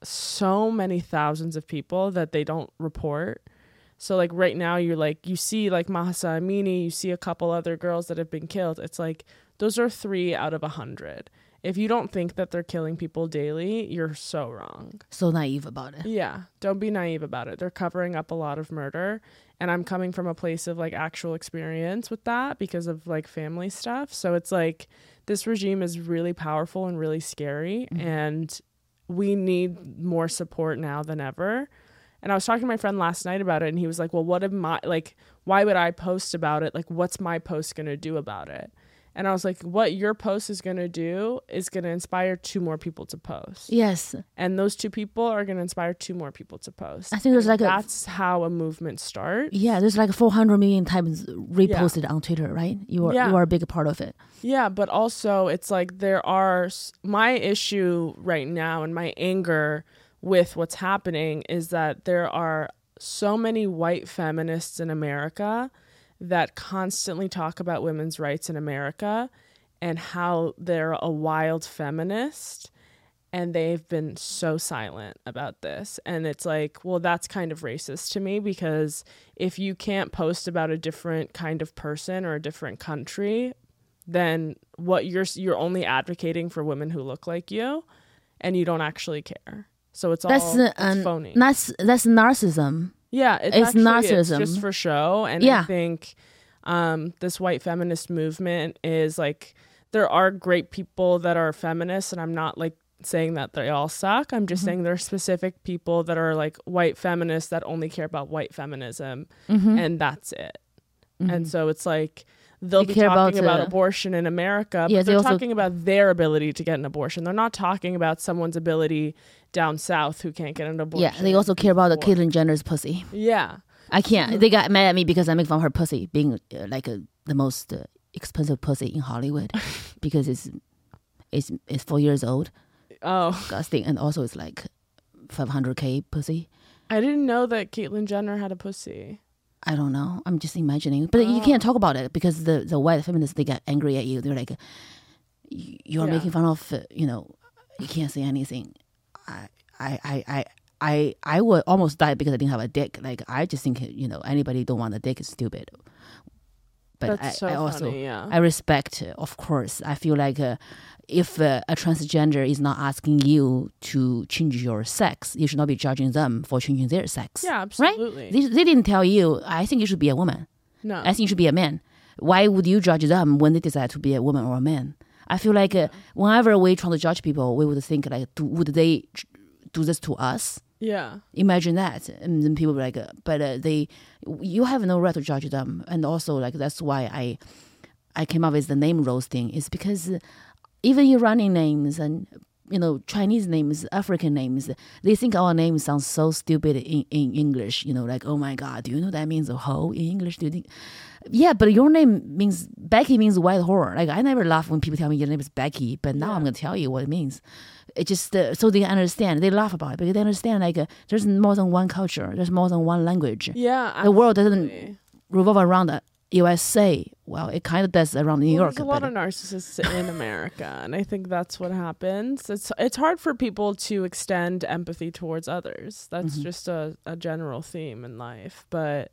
Speaker 2: so many thousands of people that they don't report so like right now you're like you see like Mahsa Amini, you see a couple other girls that have been killed. It's like those are three out of a hundred. If you don't think that they're killing people daily, you're so wrong.
Speaker 1: So naive about it.
Speaker 2: Yeah, don't be naive about it. They're covering up a lot of murder, and I'm coming from a place of like actual experience with that because of like family stuff. So it's like this regime is really powerful and really scary, and we need more support now than ever. And I was talking to my friend last night about it, and he was like, "Well, what am I like? Why would I post about it? Like, what's my post gonna do about it?" And I was like, "What your post is gonna do is gonna inspire two more people to post."
Speaker 1: Yes,
Speaker 2: and those two people are going to inspire two more people to post.
Speaker 1: I think there's like a
Speaker 2: That's how a movement starts.
Speaker 1: yeah. There's like 400 million times reposted on Twitter, right? You are
Speaker 2: Yeah.
Speaker 1: you are a big part of it.
Speaker 2: Yeah, but also it's like there are s- my issue right now and my anger with what's happening is that there are so many white feminists in America that constantly talk about women's rights in America and how they're a wild feminist and they've been so silent about this and it's like well that's kind of racist to me because if you can't post about a different kind of person or a different country then what you're you're only advocating for women who look like you and you don't actually care so it's all
Speaker 1: That's uh,
Speaker 2: it's
Speaker 1: an,
Speaker 2: Oh, phony
Speaker 1: That's that's narcissism.
Speaker 2: Yeah, it's,
Speaker 1: It's
Speaker 2: actually-
Speaker 1: narcissism.
Speaker 2: just for show, and
Speaker 1: Yeah.
Speaker 2: I think um, this white feminist movement is like there are great people that are feminists, and I'm not like saying that they all suck. I'm
Speaker 1: Mm-hmm.
Speaker 2: just saying there are specific people that are like white feminists that only care about white feminism,
Speaker 1: Mm-hmm.
Speaker 2: and that's it. And so it's like they'll
Speaker 1: They
Speaker 2: be
Speaker 1: care
Speaker 2: talking
Speaker 1: about,
Speaker 2: about,
Speaker 1: uh,
Speaker 2: abortion in America,
Speaker 1: Yeah,
Speaker 2: but
Speaker 1: they
Speaker 2: they're
Speaker 1: also-
Speaker 2: talking about their ability to get an abortion. They're not talking about someone's ability down south who can't get an abortion.
Speaker 1: Yeah, they also care about the Caitlyn Jenner's pussy.
Speaker 2: yeah.
Speaker 1: I can't. They got mad at me because I make fun of her pussy being uh, like a, the most uh, expensive pussy in Hollywood because it's it's it's four years old,
Speaker 2: Oh.
Speaker 1: disgusting, and also it's like five hundred k pussy.
Speaker 2: I didn't know that Caitlyn Jenner had a pussy.
Speaker 1: I don't know. I'm just imagining, but you can't talk about it because the the white feminists they get angry at you. They're like, "You- "You're
Speaker 2: Yeah.
Speaker 1: making fun of uh, you know, you can't say anything." I I I. I I, I would almost die because I didn't have a dick. Like I just think you know anybody don't want a dick is stupid. But
Speaker 2: That's
Speaker 1: I,
Speaker 2: so
Speaker 1: I also
Speaker 2: funny. Yeah.
Speaker 1: I respect, uh, of course. I feel like uh, if uh, a transgender is not asking you to change your sex, you should not be judging them for changing their sex.
Speaker 2: yeah, absolutely.
Speaker 1: They, they didn't tell you, I think you should be a woman.
Speaker 2: no.
Speaker 1: I think you should be a man. Why would you judge them when they decide to be a woman or a man? I feel like uh, whenever we try to judge people, we would think like, do, would they tr- do this to us?
Speaker 2: yeah.
Speaker 1: Imagine that, and then people be like, uh, but uh, they, you have no right to judge them, and also like that's why I, I came up with the name roasting is because uh, even Iranian names and you know Chinese names, African names, they think our names sound so stupid in, in English. You know, like oh my god, do you know that means a hoe in English? Do you think? Yeah, but your name means Becky means white whore. Like I never laugh when people tell me your name is Becky, but now I'm gonna tell you what it means. It just uh, so they understand. They laugh about it because they understand like uh, there's more than one culture, there's more than one language.
Speaker 2: Yeah. I,
Speaker 1: The world doesn't revolve around the USA. Well, it kind of does around New York.
Speaker 2: there's a lot
Speaker 1: but-
Speaker 2: of narcissists in America, and I think that's what happens. It's it's hard for people to extend empathy towards others. That's
Speaker 1: Mm-hmm.
Speaker 2: just a, a general theme in life. But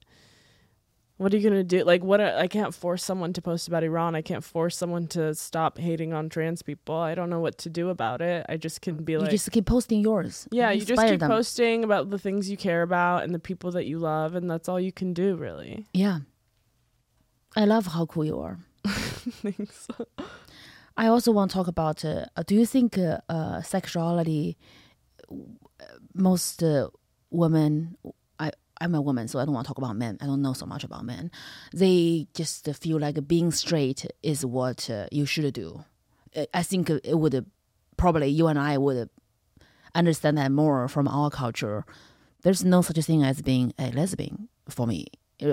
Speaker 2: what are you gonna do? Like, what? Are, I can't force someone to post about Iran. I can't force someone to stop hating on trans people. I don't know what to do about it. I just can be
Speaker 1: you
Speaker 2: like,
Speaker 1: just keep posting yours.
Speaker 2: Yeah, you just
Speaker 1: Inspire
Speaker 2: keep
Speaker 1: them.
Speaker 2: posting about the things you care about and the people that you love, and that's all you can do, really.
Speaker 1: Yeah. I love how cool you are.
Speaker 2: <laughs> Thanks.
Speaker 1: I also want to talk about uh, uh, do you think uh, uh, sexuality, uh, most uh, women, I, I'm a woman, so I don't want to talk about men. I don't know so much about men. They just feel like being straight is what uh, you should do. I- I think it would uh, probably, you and I would uh, understand that more from our culture. There's no such thing as being a lesbian for me.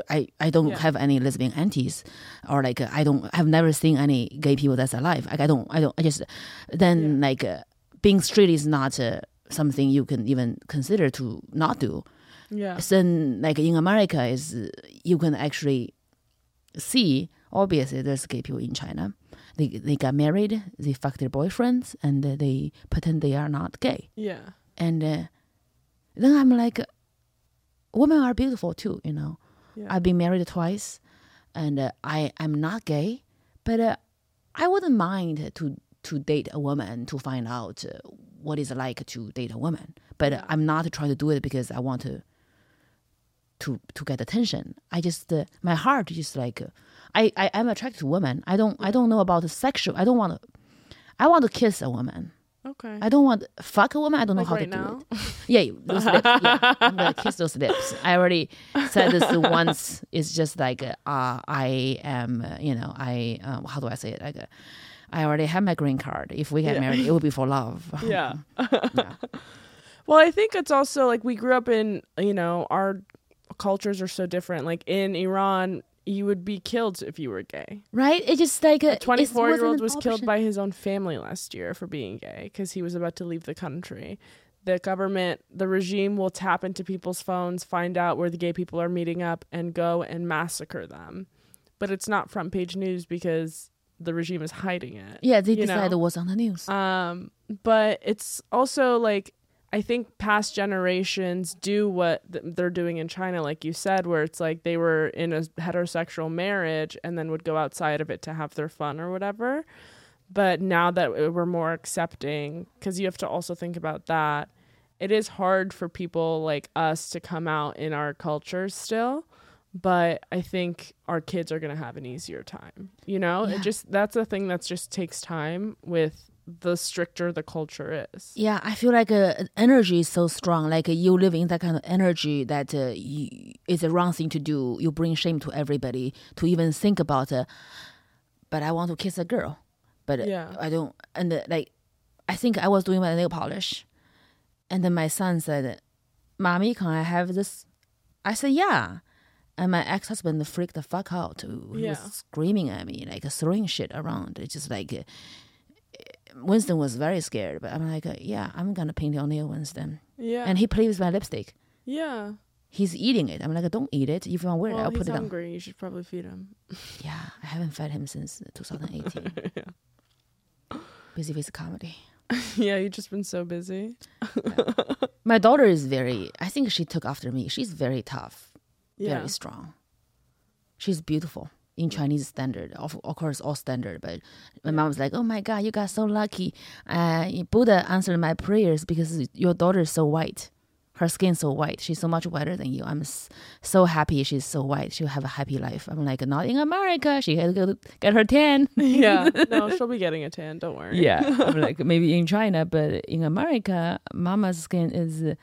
Speaker 1: I, I don't
Speaker 2: Yeah.
Speaker 1: have any lesbian aunties or like uh, I don't I've never seen any gay people that's alive. Like I don't I don't I just then like uh, being straight is not uh, something you can even consider to not do.
Speaker 2: Yeah.
Speaker 1: So then like in America is uh, you can actually see obviously there's gay people in China. They they got married, they fuck their boyfriends, and uh, they pretend they are not gay
Speaker 2: Yeah.
Speaker 1: and uh, then I'm like, women are beautiful too, you know.
Speaker 2: Yeah.
Speaker 1: I've been married twice, and uh, I am not gay, but uh, I wouldn't mind to to date a woman to find out uh, what it's like to date a woman. But uh, I'm not trying to do it because I want to to to get attention. I just uh, my heart is just like uh, I I am attracted to women. I don't I don't know about the sexual. I don't want to. I want to kiss a woman.
Speaker 2: Okay.
Speaker 1: I don't want fuck a woman. I don't know
Speaker 2: Like
Speaker 1: how
Speaker 2: right
Speaker 1: to do
Speaker 2: now?
Speaker 1: it. <laughs> Yeah, those lips. Yeah, I'm gonna kiss those lips. I already said this
Speaker 2: <laughs>
Speaker 1: once. It's just like uh, I am. uh, You know, I um, how do I say it? Like, uh, I already have my green card. If we get married, it would be for love.
Speaker 2: <laughs> <laughs> yeah.
Speaker 1: <laughs> Yeah.
Speaker 2: Well, I think it's also like we grew up in, you know, our cultures are so different. Like in Iran, you would be killed if you were gay.
Speaker 1: Right? It's just like a
Speaker 2: 24 year old was killed by his own family last year for being gay because he was about to leave the country. The government, the regime will tap into people's phones, find out where the gay people are meeting up, and go and massacre them. But it's not front page news because the regime is hiding it.
Speaker 1: Yeah, they
Speaker 2: you
Speaker 1: decided
Speaker 2: know?
Speaker 1: it was on the news.
Speaker 2: Um, but it's also like I think past generations do what th- they're doing in China, like you said, where it's like they were in a heterosexual marriage and then would go outside of it to have their fun or whatever. But now that we're more accepting, because you have to also think about that it is hard for people like us to come out in our culture still but i think our kids are going to have an easier time you know
Speaker 1: Yeah.
Speaker 2: it just that's a thing that's just takes time with the stricter the culture is
Speaker 1: Yeah, I feel like uh, energy is so strong. Like uh, you live in that kind of energy that uh, you, it's the wrong thing to do. You bring shame to everybody to even think about. Uh, but I want to kiss a girl, but uh,
Speaker 2: Yeah.
Speaker 1: I don't. And uh, like, I think I was doing my nail polish, and then my son said, "Mommy, can I have this?" I said, "Yeah." And my ex husband freaked the fuck out. He
Speaker 2: Yeah.
Speaker 1: was screaming at me, like throwing shit around. It's just like. uh, Winston was very scared, but I'm like, uh, yeah, I'm gonna paint your nail, Winston.
Speaker 2: yeah
Speaker 1: And he played with my lipstick.
Speaker 2: yeah
Speaker 1: He's eating it. I'm like, don't eat it. If you want to wear it,
Speaker 2: well
Speaker 1: I'll
Speaker 2: he's
Speaker 1: put it on.
Speaker 2: hungry you should probably feed him
Speaker 1: <laughs> Yeah, I haven't fed him since 2018. Busy with comedy.
Speaker 2: <laughs> yeah you've just been so busy
Speaker 1: My daughter is very, I think she took after me. She's very tough,
Speaker 2: yeah
Speaker 1: very strong. She's beautiful in Chinese standard, of, of course, all standard. But my mom was like, oh my God, you got so lucky. Uh, Buddha answered my prayers because your daughter is so white. Her skin's so white. She's so much whiter than you. I'm s- so happy she's so white. She'll have a happy life. I'm like, not in America. She had to go get her tan.
Speaker 2: <laughs> yeah no she'll be getting a tan don't worry
Speaker 1: <laughs> Yeah, I'm like maybe in China, but in America, mama's skin is,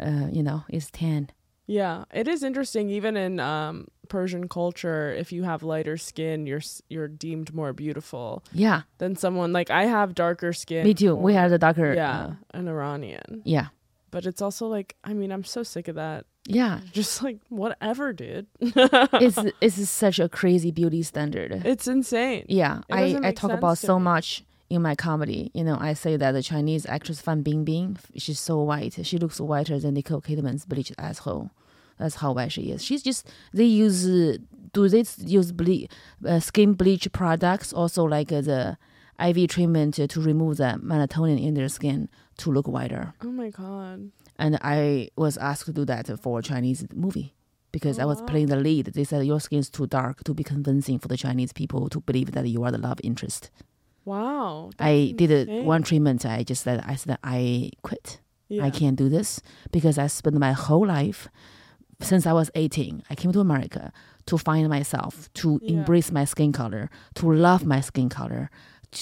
Speaker 1: uh, you know, is tan.
Speaker 2: Yeah, it is interesting. Even in um, Persian culture, if you have lighter skin, you're s- you're deemed more beautiful
Speaker 1: Yeah,
Speaker 2: than someone like I have darker skin.
Speaker 1: me too. We had the darker.
Speaker 2: yeah,
Speaker 1: uh,
Speaker 2: an Iranian.
Speaker 1: yeah,
Speaker 2: But it's also like, I mean, I'm so sick of that. <laughs>
Speaker 1: yeah.
Speaker 2: Just like whatever, dude. <laughs>
Speaker 1: It's it's such a crazy beauty standard.
Speaker 2: It's insane.
Speaker 1: Yeah,
Speaker 2: It
Speaker 1: I
Speaker 2: doesn't
Speaker 1: I
Speaker 2: make
Speaker 1: talk
Speaker 2: sense
Speaker 1: about
Speaker 2: to
Speaker 1: so
Speaker 2: me.
Speaker 1: much in my comedy. You know, I say that the Chinese actress Fan Bingbing, she's so white. She looks whiter than Nicole Kidman's bleached asshole. That's how white she is. She's just they use uh, do they use ble- uh, skin bleach products also like uh, the IV treatment to, to remove the melatonin in their skin to look whiter.
Speaker 2: Oh my god.
Speaker 1: And I was asked to do that for a Chinese movie because I
Speaker 2: Oh,
Speaker 1: was playing the lead. They said your skin is too dark to be convincing for the Chinese people to believe that you are the love interest.
Speaker 2: Wow.
Speaker 1: I did a,
Speaker 2: insane.
Speaker 1: one treatment. I just said I said I quit.
Speaker 2: Yeah.
Speaker 1: I can't do this because I spent my whole life since I was 18. I came to America to find myself, to
Speaker 2: Yeah.
Speaker 1: embrace my skin color, to love my skin color,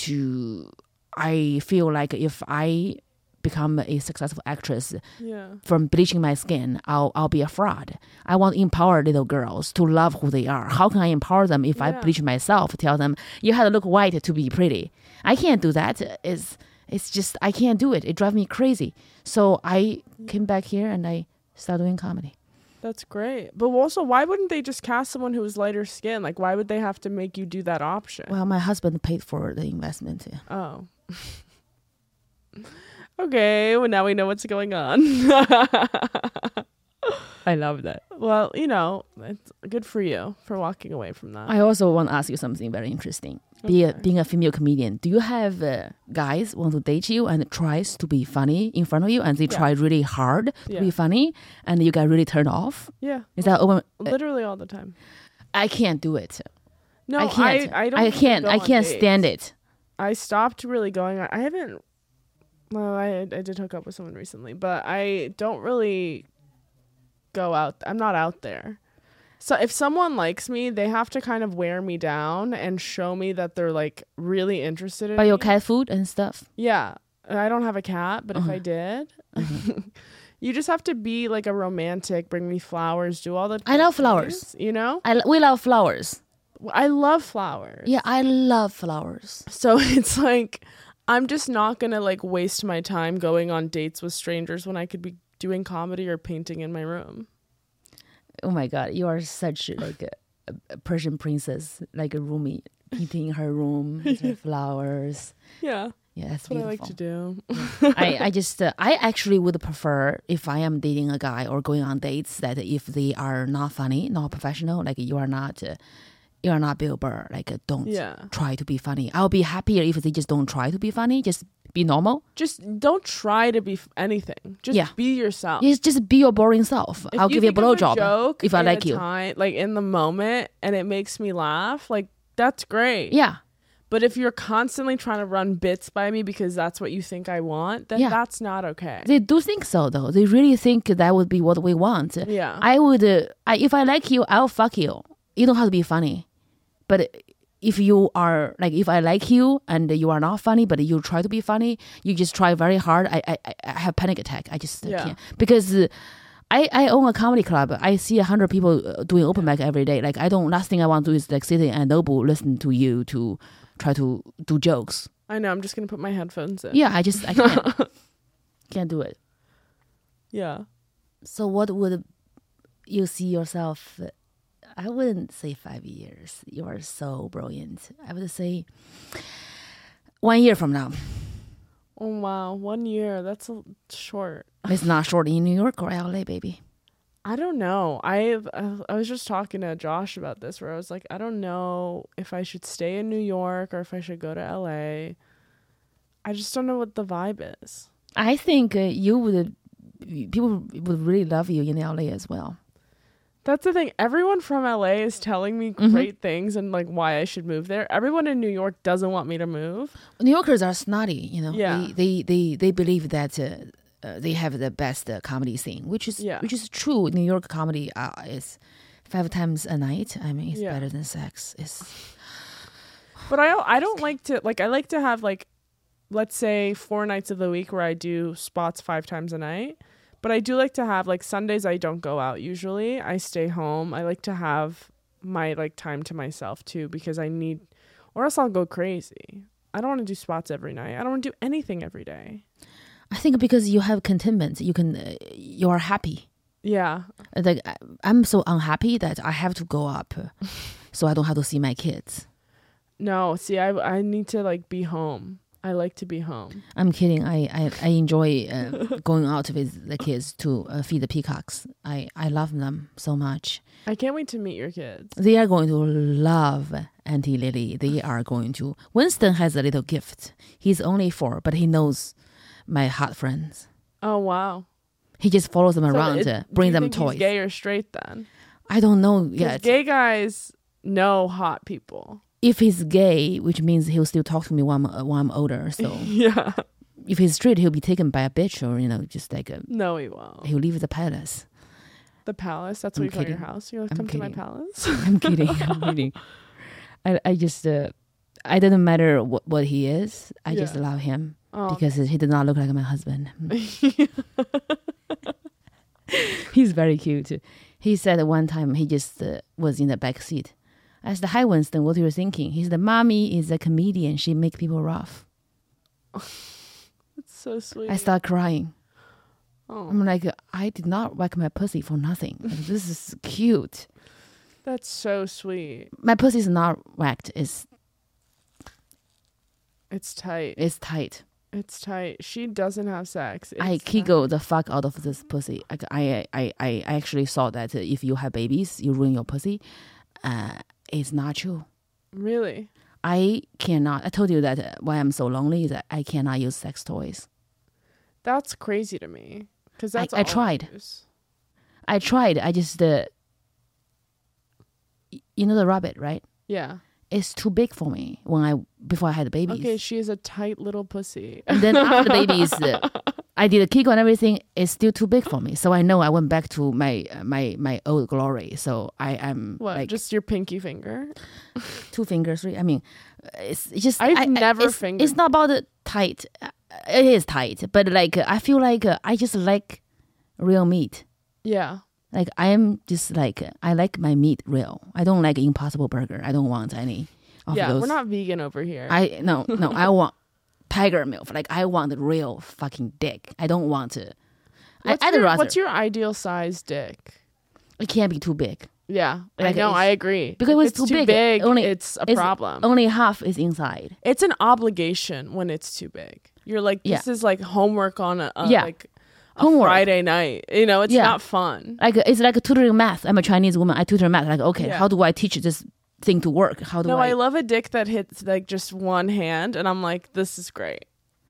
Speaker 1: to I feel like if I become a successful actress
Speaker 2: Yeah.
Speaker 1: from bleaching my skin, I'll I'll be a fraud. I want to empower little girls to love who they are. How can I empower them if I
Speaker 2: Yeah.
Speaker 1: bleach myself? Tell them you have to look white to be pretty. I can't do that. It's it's just I can't do it. It drives me crazy. So I came back here and I started doing comedy.
Speaker 2: That's great. But also, why wouldn't they just cast someone who was lighter skin? Like, why would they have to make you do that option?
Speaker 1: Well, my husband paid for the investment.
Speaker 2: Oh. <laughs> okay, well now we know what's going on. <laughs>
Speaker 1: I love that.
Speaker 2: well, you know, it's good for you for walking away from that.
Speaker 1: I also want to ask you something very interesting. Be a, being a female comedian, do you have uh, guys want to date you and tries to be funny in front of you, and they
Speaker 2: Yeah.
Speaker 1: try really hard to be
Speaker 2: Yeah.
Speaker 1: funny, and you get really turned off?
Speaker 2: yeah.
Speaker 1: Is that open?
Speaker 2: Literally all the time.
Speaker 1: I can't do it.
Speaker 2: No,
Speaker 1: I can't.
Speaker 2: I, don't
Speaker 1: I
Speaker 2: even
Speaker 1: can't.
Speaker 2: go
Speaker 1: I
Speaker 2: on
Speaker 1: can't
Speaker 2: dates.
Speaker 1: stand it.
Speaker 2: I stopped really going on I haven't well, I I did hook up with someone recently, but I don't really go out I'm not out there. So if someone likes me, they have to kind of wear me down and show me that they're like really interested in
Speaker 1: Buy your
Speaker 2: me.
Speaker 1: cat food and stuff.
Speaker 2: Yeah. And I don't have a cat, but if
Speaker 1: Uh-huh.
Speaker 2: I did,
Speaker 1: Mm-hmm.
Speaker 2: <laughs> you just have to be like a romantic, bring me flowers, do all the
Speaker 1: I love
Speaker 2: things,
Speaker 1: flowers.
Speaker 2: You know?
Speaker 1: I lo- we love flowers.
Speaker 2: I love flowers.
Speaker 1: Yeah, I love flowers.
Speaker 2: So <laughs> it's like I'm just not going to like waste my time going on dates with strangers when I could be doing comedy or painting in my room.
Speaker 1: Oh my god, you are such like a, a Persian princess, like a roomie painting her room with
Speaker 2: <laughs>
Speaker 1: her flowers.
Speaker 2: Yeah.
Speaker 1: Yeah, that's
Speaker 2: That's what I like
Speaker 1: beautiful.
Speaker 2: to do.
Speaker 1: I, I just uh, I actually would prefer if I am dating a guy or going on dates that if they are not funny, not professional, like you are not, uh, you are not Bill Burr. Like uh, don't
Speaker 2: Yeah.
Speaker 1: try to be funny. I'll be happier if they just don't try to be funny. Just be normal.
Speaker 2: Just don't try to be f- anything. Just
Speaker 1: Yeah.
Speaker 2: be yourself.
Speaker 1: Just just be your boring self.
Speaker 2: If
Speaker 1: I'll give you a
Speaker 2: think of
Speaker 1: blowjob
Speaker 2: joke
Speaker 1: if I
Speaker 2: in a
Speaker 1: like you.
Speaker 2: time- like in the moment, and it makes me laugh. Like that's great.
Speaker 1: Yeah,
Speaker 2: But if you're constantly trying to run bits by me because that's what you think I want, then
Speaker 1: Yeah.
Speaker 2: that's not okay.
Speaker 1: They do think so, though. They really think that would be what we want.
Speaker 2: Yeah.
Speaker 1: I would, uh, I, if I like you, I'll fuck you. You don't have to be funny. But if you are, like, if I like you and you are not funny, but you try to be funny, you just try very hard, I, I, I- I have panic attack. I just uh,
Speaker 2: Yeah.
Speaker 1: can't. Because uh, I, I own a comedy club. I see 100 people uh, doing open mic every day. Like, I don't, last thing I want to do is, like, sitting and noble listen to you to try to do jokes.
Speaker 2: I know. I'm just gonna put my headphones in.
Speaker 1: Yeah, I just, I
Speaker 2: <laughs>
Speaker 1: can't. can't do it.
Speaker 2: Yeah.
Speaker 1: So what would you see yourself? I wouldn't say five years. You are so brilliant. I would say one year from <sighs> now.
Speaker 2: Oh wow, one year. That's a short.
Speaker 1: It's not short in New York or LA, baby.
Speaker 2: I don't know. I uh, I was just talking to Josh about this where I was like, I don't know if I should stay in New York or if I should go to LA. I just don't know what the vibe is.
Speaker 1: I think uh, you would. People would really love you in LA as well.
Speaker 2: That's the thing. Everyone from LA is telling me great things and like why I should move there. Everyone in New York doesn't want me to move.
Speaker 1: New Yorkers are snotty, you know.
Speaker 2: Yeah.
Speaker 1: They they they, they believe that. Uh, uh, they have the best uh, comedy scene, which is
Speaker 2: Yeah.
Speaker 1: which is true. New York comedy uh, is five times a night. I mean, it's
Speaker 2: Yeah.
Speaker 1: better than sex. It's
Speaker 2: But I I don't like to like I like to have like let's say four nights of the week where I do spots five times a night. But I do like to have like Sundays I don't go out usually. I stay home. I like to have my like time to myself too because I need or else I'll go crazy. I don't want to do spots every night. I don't want to do anything every day.
Speaker 1: I think because you have contentment, you can uh, you are happy.
Speaker 2: Yeah.
Speaker 1: Like I- I'm so unhappy that I have to go up, uh,
Speaker 2: <laughs>
Speaker 1: so I don't have to see my kids.
Speaker 2: No, see I I need to like be home. I like to be home.
Speaker 1: I'm kidding. I I, I enjoy
Speaker 2: <laughs>
Speaker 1: uh, going out with the kids to uh, feed the peacocks. I I love them so much.
Speaker 2: I can't wait to meet your kids.
Speaker 1: They are going to love Auntie Lily. They are going to. Winston has a little gift. He's only four, but he knows my hot friends.
Speaker 2: Oh wow.
Speaker 1: He just follows them
Speaker 2: So
Speaker 1: around,
Speaker 2: it-
Speaker 1: uh,
Speaker 2: do
Speaker 1: bring
Speaker 2: you
Speaker 1: them
Speaker 2: think he's
Speaker 1: toys.
Speaker 2: Gay or straight then?
Speaker 1: I don't know
Speaker 2: Because
Speaker 1: yet.
Speaker 2: gay guys know hot people. <laughs>
Speaker 1: if he's gay, which means he'll still talk to me while I'm, uh, while I'm older.
Speaker 2: <laughs>
Speaker 1: So
Speaker 2: Yeah.
Speaker 1: if he's straight, he'll be taken by a bitch or, you know, just like a,
Speaker 2: No, he won't.
Speaker 1: he'll leave the palace. <laughs>
Speaker 2: The palace. That's
Speaker 1: I'm
Speaker 2: what you call your
Speaker 1: kidding.
Speaker 2: house. You're like,
Speaker 1: I'm
Speaker 2: come to my
Speaker 1: kidding.
Speaker 2: palace. <laughs>
Speaker 1: I'm kidding. I'm kidding. I, I just, uh, I doesn't matter what, what he is. I just
Speaker 2: Yeah.
Speaker 1: love him
Speaker 2: Oh.
Speaker 1: because he did not look like my husband. Hmm.
Speaker 2: <laughs>
Speaker 1: <laughs> he's very cute. He said that one time he just uh, was in the back seat. I said, hi, Winston, what are you thinking? He said, mommy is a comedian. She make people laugh.
Speaker 2: It's so sweet.
Speaker 1: I start crying.
Speaker 2: oh,
Speaker 1: I'm like, I did not whack my pussy for nothing. Like, this is cute.
Speaker 2: that's so sweet.
Speaker 1: My pussy is not whacked. It's
Speaker 2: It's tight.
Speaker 1: it's tight.
Speaker 2: It's tight. She doesn't have sex. It's
Speaker 1: I
Speaker 2: tight.
Speaker 1: kegel the fuck out of this pussy. I I I, I I actually saw that if you have babies, you ruin your pussy. Uh, it's not true.
Speaker 2: Really?
Speaker 1: I cannot. I told you that uh, why I'm so lonely is that I cannot use sex toys.
Speaker 2: That's crazy to me. Because
Speaker 1: I-
Speaker 2: that's
Speaker 1: I
Speaker 2: all
Speaker 1: tried.
Speaker 2: use.
Speaker 1: I tried. I just uh, y- you know the rabbit, right?
Speaker 2: Yeah.
Speaker 1: It's too big for me when I before I had babies.
Speaker 2: Okay, she is a tight little pussy. <laughs>
Speaker 1: And then after the babies, uh, I did a Kegel and everything. It's still too big for me, so I know I went back to my uh, my my old glory. So I am
Speaker 2: What?
Speaker 1: like
Speaker 2: just your pinky finger?
Speaker 1: two fingers, three. I mean, it's it's just
Speaker 2: I've
Speaker 1: I- I-
Speaker 2: never
Speaker 1: it's,
Speaker 2: fingered.
Speaker 1: It's not about the tight. Uh, It is tight, but like uh, I feel like uh, I just like real meat.
Speaker 2: Yeah.
Speaker 1: Like I am just like uh, I like my meat real. I don't like Impossible Burger. I don't want any of
Speaker 2: Yeah.
Speaker 1: those.
Speaker 2: We're not vegan over here.
Speaker 1: I no no. I
Speaker 2: <laughs>
Speaker 1: want tiger milk. Like I want the real fucking dick. I don't want to. I,
Speaker 2: What's
Speaker 1: I'd
Speaker 2: your-
Speaker 1: rather
Speaker 2: What's your ideal size dick?
Speaker 1: it can't be too big
Speaker 2: Yeah,
Speaker 1: Like,
Speaker 2: I know.
Speaker 1: it's-
Speaker 2: I agree.
Speaker 1: because
Speaker 2: If
Speaker 1: when
Speaker 2: it's too big.
Speaker 1: only
Speaker 2: it's a
Speaker 1: it's
Speaker 2: problem.
Speaker 1: Only half is inside.
Speaker 2: it's an obligation when it's too big. You're like,
Speaker 1: Yeah.
Speaker 2: this is like homework on a, a
Speaker 1: Yeah.
Speaker 2: like a
Speaker 1: Homework.
Speaker 2: Friday night. You know, it's
Speaker 1: Yeah.
Speaker 2: not fun.
Speaker 1: Like it's like tutoring math. I'm a Chinese woman. I tutor math. Like okay,
Speaker 2: Yeah.
Speaker 1: how do I teach this thing to work? How do
Speaker 2: No, I
Speaker 1: I?
Speaker 2: love a dick that hits like just one hand, and I'm like, this is great.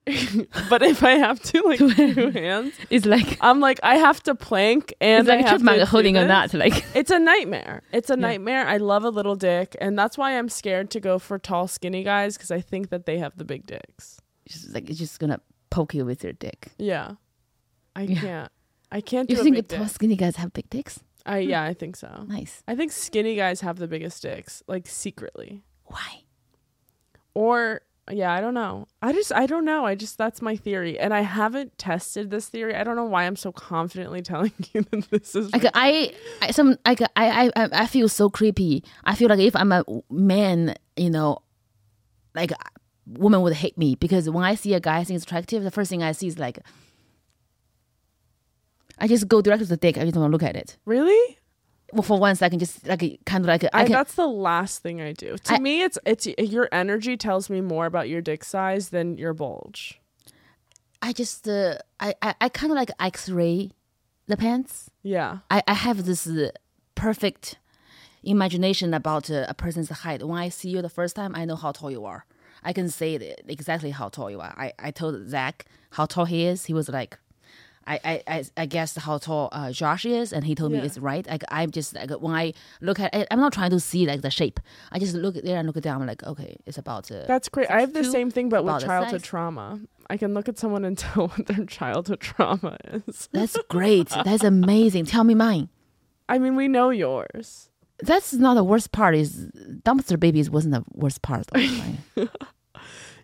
Speaker 2: <laughs> but if I have to
Speaker 1: <laughs>
Speaker 2: like two hands,
Speaker 1: It's
Speaker 2: <laughs>
Speaker 1: like
Speaker 2: I'm like I have to plank and
Speaker 1: it's like
Speaker 2: I
Speaker 1: a
Speaker 2: have
Speaker 1: chipmunk
Speaker 2: to do
Speaker 1: holding a
Speaker 2: this.
Speaker 1: nut. Like <laughs>
Speaker 2: It's a nightmare. It's a nightmare. I love a little dick, and that's why I'm scared to go for tall, skinny guys because I think that they have the big dicks.
Speaker 1: it's just like it's just gonna poke you with your dick.
Speaker 2: Yeah, I
Speaker 1: Yeah.
Speaker 2: can't. I can't do
Speaker 1: You
Speaker 2: a
Speaker 1: think
Speaker 2: big
Speaker 1: tall,
Speaker 2: dick.
Speaker 1: skinny guys have big dicks?
Speaker 2: I yeah, I think so.
Speaker 1: Nice.
Speaker 2: I think skinny guys have the biggest dicks, like secretly.
Speaker 1: Why?
Speaker 2: Or yeah, I don't know. I just I don't know. I just that's my theory, and I haven't tested this theory. I don't know why I'm so confidently <laughs> telling you that this is.
Speaker 1: Like I, I some like I, I I I feel so creepy. I feel like if I'm a man, you know, like women would hate me because when I see a guy I think is attractive, the first thing I see is like, I just go directly to the dick. I just don't want to look at it.
Speaker 2: really?
Speaker 1: Well, for one second, just like kind of like I,
Speaker 2: I,
Speaker 1: can.
Speaker 2: that's the last thing I do. To
Speaker 1: I-
Speaker 2: me, it's it's your energy tells me more about your dick size than your bulge.
Speaker 1: I just uh, I I, I kind of like X-ray the pants.
Speaker 2: Yeah,
Speaker 1: I, I have this uh, perfect imagination about uh, a person's height. When I see you the first time, I know how tall you are. I can say it exactly how tall you are. I, I told Zach how tall he is. He was like, I, I, I, I guessed how tall uh, Josh is, and he told me
Speaker 2: Yeah.
Speaker 1: it's right. Like I'm just like when I look at, I, I'm not trying to see like the shape. I just look there and look down. I'm like, okay, it's about. Uh,
Speaker 2: that's great. I have the
Speaker 1: Two
Speaker 2: same thing, but
Speaker 1: about
Speaker 2: with
Speaker 1: the
Speaker 2: childhood
Speaker 1: size.
Speaker 2: trauma. I can look at someone and <laughs> tell what their childhood trauma is.
Speaker 1: <laughs> that's great. That's amazing. Tell me mine.
Speaker 2: I mean, we know yours.
Speaker 1: That's not the worst part. Is dumpster babies wasn't the worst part. Though, right?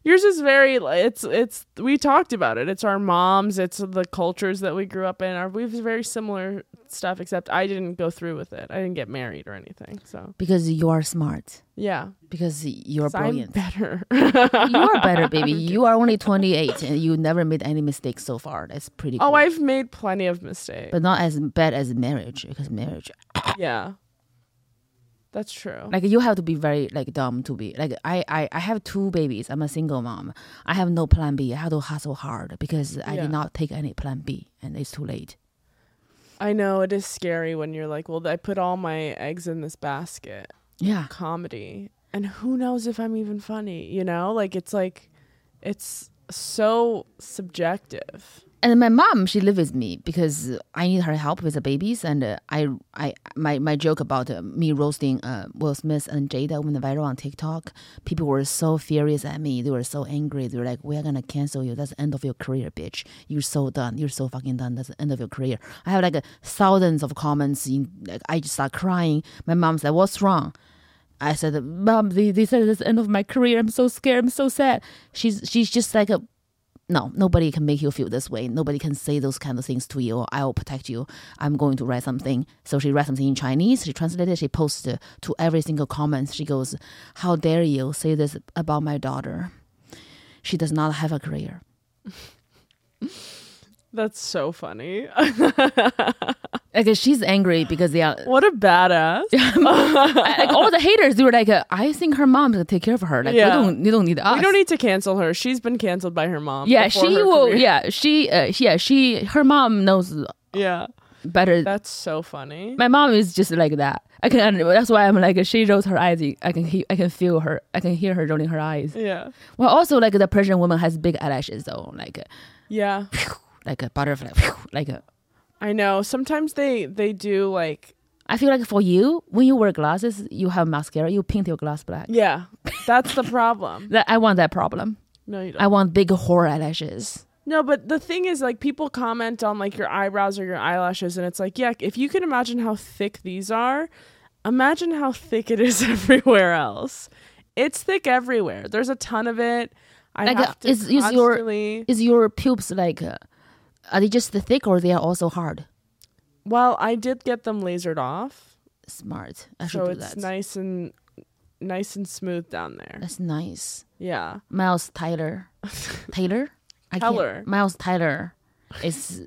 Speaker 2: Yours is very like, it's it's we talked about it. It's our moms, it's the cultures that we grew up in. Our we've very similar stuff except I didn't go through with it. I didn't get married or anything. So,
Speaker 1: because you are smart.
Speaker 2: yeah.
Speaker 1: Because you're
Speaker 2: 'Cause I'm
Speaker 1: brilliant.
Speaker 2: better. <laughs>
Speaker 1: you are better, baby. You are only 28 and you never made any mistakes so far. That's pretty cool.
Speaker 2: oh, I've made plenty of mistakes.
Speaker 1: but not as bad as marriage because marriage,
Speaker 2: yeah. That's true.
Speaker 1: like you have to be very like dumb to be like I I, I have two babies. I'm a single mom. I have no plan B. I have to hustle hard because I
Speaker 2: Yeah.
Speaker 1: did not take any plan B, and it's too late.
Speaker 2: I know it is scary when you're like, well, I put all my eggs in this basket.
Speaker 1: Yeah,
Speaker 2: comedy and who knows if i'm even funny you know like it's like it's so subjective
Speaker 1: and my mom she lives with me because I need her help with the babies, and uh, I I my my joke about uh, me roasting uh, Will Smith and Jada went viral on TikTok. People were so furious at me. They were so angry. They were like, "We're gonna cancel you. That's the end of your career, bitch. You're so done. You're so fucking done. That's the end of your career." I have like uh, thousands of comments. In, like, I just start crying. My mom's like, "What's wrong?" I said, "Mom, they, they said it's the end of my career. I'm so scared. I'm so sad." She's she's just like a no, nobody can make you feel this way. Nobody can say those kind of things to you. I will protect you. I'm going to write something. So she writes something in Chinese. She translated. it. She posted to every single comment. She goes, "How dare you say this about my daughter? She does not have a career."
Speaker 2: that's so funny <laughs>
Speaker 1: Like she's angry because <laughs> they are
Speaker 2: what a badass
Speaker 1: like all the haters. They were like, uh, "I think her mom's gonna take care of her. Like
Speaker 2: Yeah.
Speaker 1: we don't, you don't need us."
Speaker 2: we don't need to cancel her she's been canceled by her mom
Speaker 1: yeah,
Speaker 2: before
Speaker 1: she
Speaker 2: her
Speaker 1: will.
Speaker 2: career.
Speaker 1: Yeah, she. Uh, yeah, she. Her mom knows
Speaker 2: yeah
Speaker 1: better
Speaker 2: that's so funny
Speaker 1: my mom is just like that. I can. That's why I'm like she rolls her eyes. I can. He, I can feel her. I can hear her rolling her eyes.
Speaker 2: yeah
Speaker 1: Well, also like the Persian woman has big eyelashes though, like
Speaker 2: yeah
Speaker 1: like a butterfly. Like a,
Speaker 2: i know sometimes they they do like
Speaker 1: I feel like for you, when you wear glasses, you have mascara. You paint your glass black.
Speaker 2: yeah that's the problem
Speaker 1: That I want that problem.
Speaker 2: no you don't
Speaker 1: I want big horror eyelashes.
Speaker 2: No, but the thing is, like, people comment on like your eyebrows or your eyelashes, and it's like, yeah, if you can imagine how thick these are, imagine how thick it is <laughs> everywhere else. It's thick everywhere. There's a ton of it. I
Speaker 1: Like, uh,
Speaker 2: have to
Speaker 1: is- is your-
Speaker 2: constantly.
Speaker 1: Is your pubes like? Uh, are they just thick or they are also hard?
Speaker 2: Well, I did get them lasered off,
Speaker 1: Smart. I should
Speaker 2: so
Speaker 1: do
Speaker 2: it's
Speaker 1: that.
Speaker 2: nice and nice and smooth down there.
Speaker 1: That's nice.
Speaker 2: Yeah,
Speaker 1: Miles Tyler. Taylor? I can't-
Speaker 2: Teller.
Speaker 1: Miles Tyler is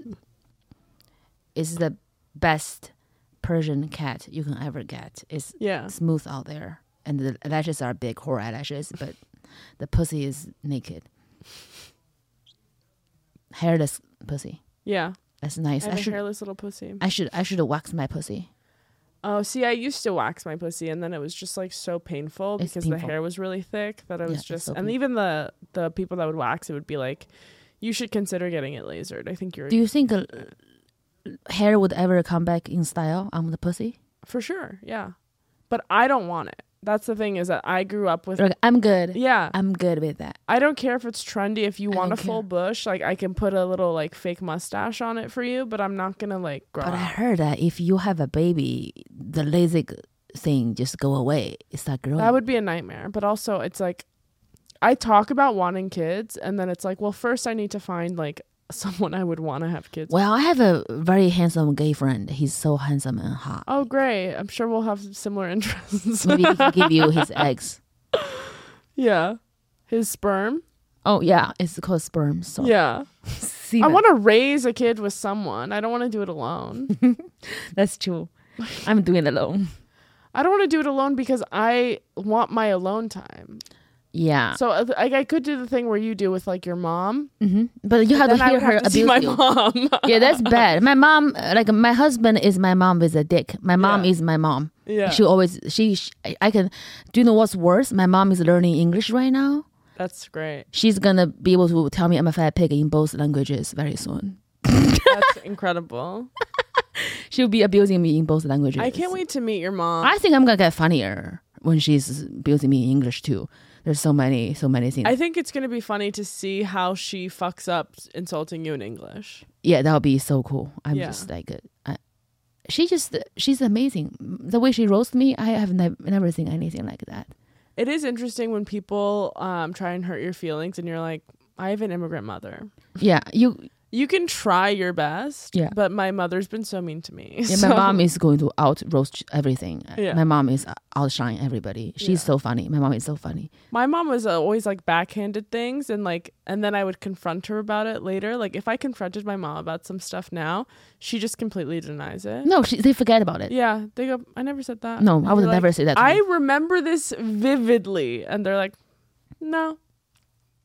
Speaker 1: is the best Persian cat you can ever get. It's
Speaker 2: yeah.
Speaker 1: smooth out there. And the eyelashes are big, horror eyelashes, but the pussy is naked. Hairless pussy.
Speaker 2: Yeah,
Speaker 1: That's nice.
Speaker 2: I
Speaker 1: I,
Speaker 2: have a
Speaker 1: should
Speaker 2: hairless little pussy.
Speaker 1: I should I should wax my pussy.
Speaker 2: Oh, see, I used to wax my pussy, and then it was just like so painful
Speaker 1: It's
Speaker 2: because
Speaker 1: painful.
Speaker 2: the hair was really thick that I was
Speaker 1: Yeah, it's
Speaker 2: just.
Speaker 1: so
Speaker 2: and
Speaker 1: painful.
Speaker 2: even the the people that would wax, it would be like, you should consider getting it lasered. I think you're
Speaker 1: Do you think uh, hair would ever come back in style on the pussy?
Speaker 2: for sure, yeah. But I don't want it. That's the thing is that I grew up with.
Speaker 1: Like, I'm good.
Speaker 2: Yeah,
Speaker 1: I'm good with that.
Speaker 2: I don't care if it's trendy. If you
Speaker 1: I
Speaker 2: want a
Speaker 1: don't
Speaker 2: full
Speaker 1: care.
Speaker 2: bush, like I can put a little like fake mustache on it for you, but I'm not gonna like grow.
Speaker 1: But I
Speaker 2: out.
Speaker 1: heard that if you have a baby, the LASIK thing just go away. It's not growing.
Speaker 2: That would be a nightmare. But also, it's like I talk about wanting kids, and then it's like, well, first I need to find like <laughs> someone I would want to have kids. with.
Speaker 1: well, I have a very handsome gay friend. He's so handsome and hot.
Speaker 2: Oh, great! I'm sure we'll have similar <laughs> interests.
Speaker 1: Maybe he can give you his
Speaker 2: <laughs>
Speaker 1: eggs.
Speaker 2: yeah, his sperm.
Speaker 1: Oh yeah, it's called sperm. So
Speaker 2: Yeah, I
Speaker 1: semen.
Speaker 2: want to raise a kid with someone. I don't want to do
Speaker 1: <laughs>
Speaker 2: it alone.
Speaker 1: That's true. I'm doing alone.
Speaker 2: I don't want to do it alone because I want my alone time.
Speaker 1: Yeah,
Speaker 2: So uh, like I could do the thing where you do with like your mom.
Speaker 1: hmm but you have
Speaker 2: then
Speaker 1: to
Speaker 2: I
Speaker 1: hear
Speaker 2: would
Speaker 1: her
Speaker 2: have to see
Speaker 1: abuse <laughs>
Speaker 2: my
Speaker 1: you.
Speaker 2: mom.
Speaker 1: Yeah, that's bad. My mom, uh, like my husband, is my mom with a dick. My mom
Speaker 2: Yeah.
Speaker 1: is my mom.
Speaker 2: yeah,
Speaker 1: She always she, she. I- I can. Do you know what's worse? My mom is learning English right now.
Speaker 2: that's great.
Speaker 1: She's gonna be able to tell me I'm a fat pig in both languages very soon.
Speaker 2: That's
Speaker 1: <laughs>
Speaker 2: incredible.
Speaker 1: She'll be abusing me in both languages.
Speaker 2: I can't wait to meet your mom.
Speaker 1: I think I'm gonna get funnier when she's abusing me in English too. There's so many, so many things.
Speaker 2: I think it's going to be funny to see how she fucks up insulting you in English.
Speaker 1: yeah, that would be so cool. I'm
Speaker 2: Yeah.
Speaker 1: just like, I, she just she's amazing. The way she roasts me, I have nev- never seen anything like that.
Speaker 2: It is interesting when people um, try and hurt your feelings and you're like, I have an immigrant mother.
Speaker 1: Yeah,
Speaker 2: <laughs>
Speaker 1: you.
Speaker 2: You can try your best,
Speaker 1: Yeah.
Speaker 2: but my mother's been so mean to me.
Speaker 1: Yeah,
Speaker 2: <laughs> so-
Speaker 1: my mom is going to out roast everything.
Speaker 2: Yeah.
Speaker 1: My mom is outshine everybody. She's
Speaker 2: Yeah.
Speaker 1: so funny. My mom is so funny.
Speaker 2: my mom was uh, always like backhanded things and like, and then I would confront her about it later. Like if I confronted my mom about some stuff now, she just completely denies it.
Speaker 1: No, she, they forget about it.
Speaker 2: Yeah, they go, I never said that.
Speaker 1: No,
Speaker 2: And
Speaker 1: I
Speaker 2: you're
Speaker 1: would
Speaker 2: like,
Speaker 1: never say that. to
Speaker 2: I
Speaker 1: you.
Speaker 2: remember this vividly. And they're like, no,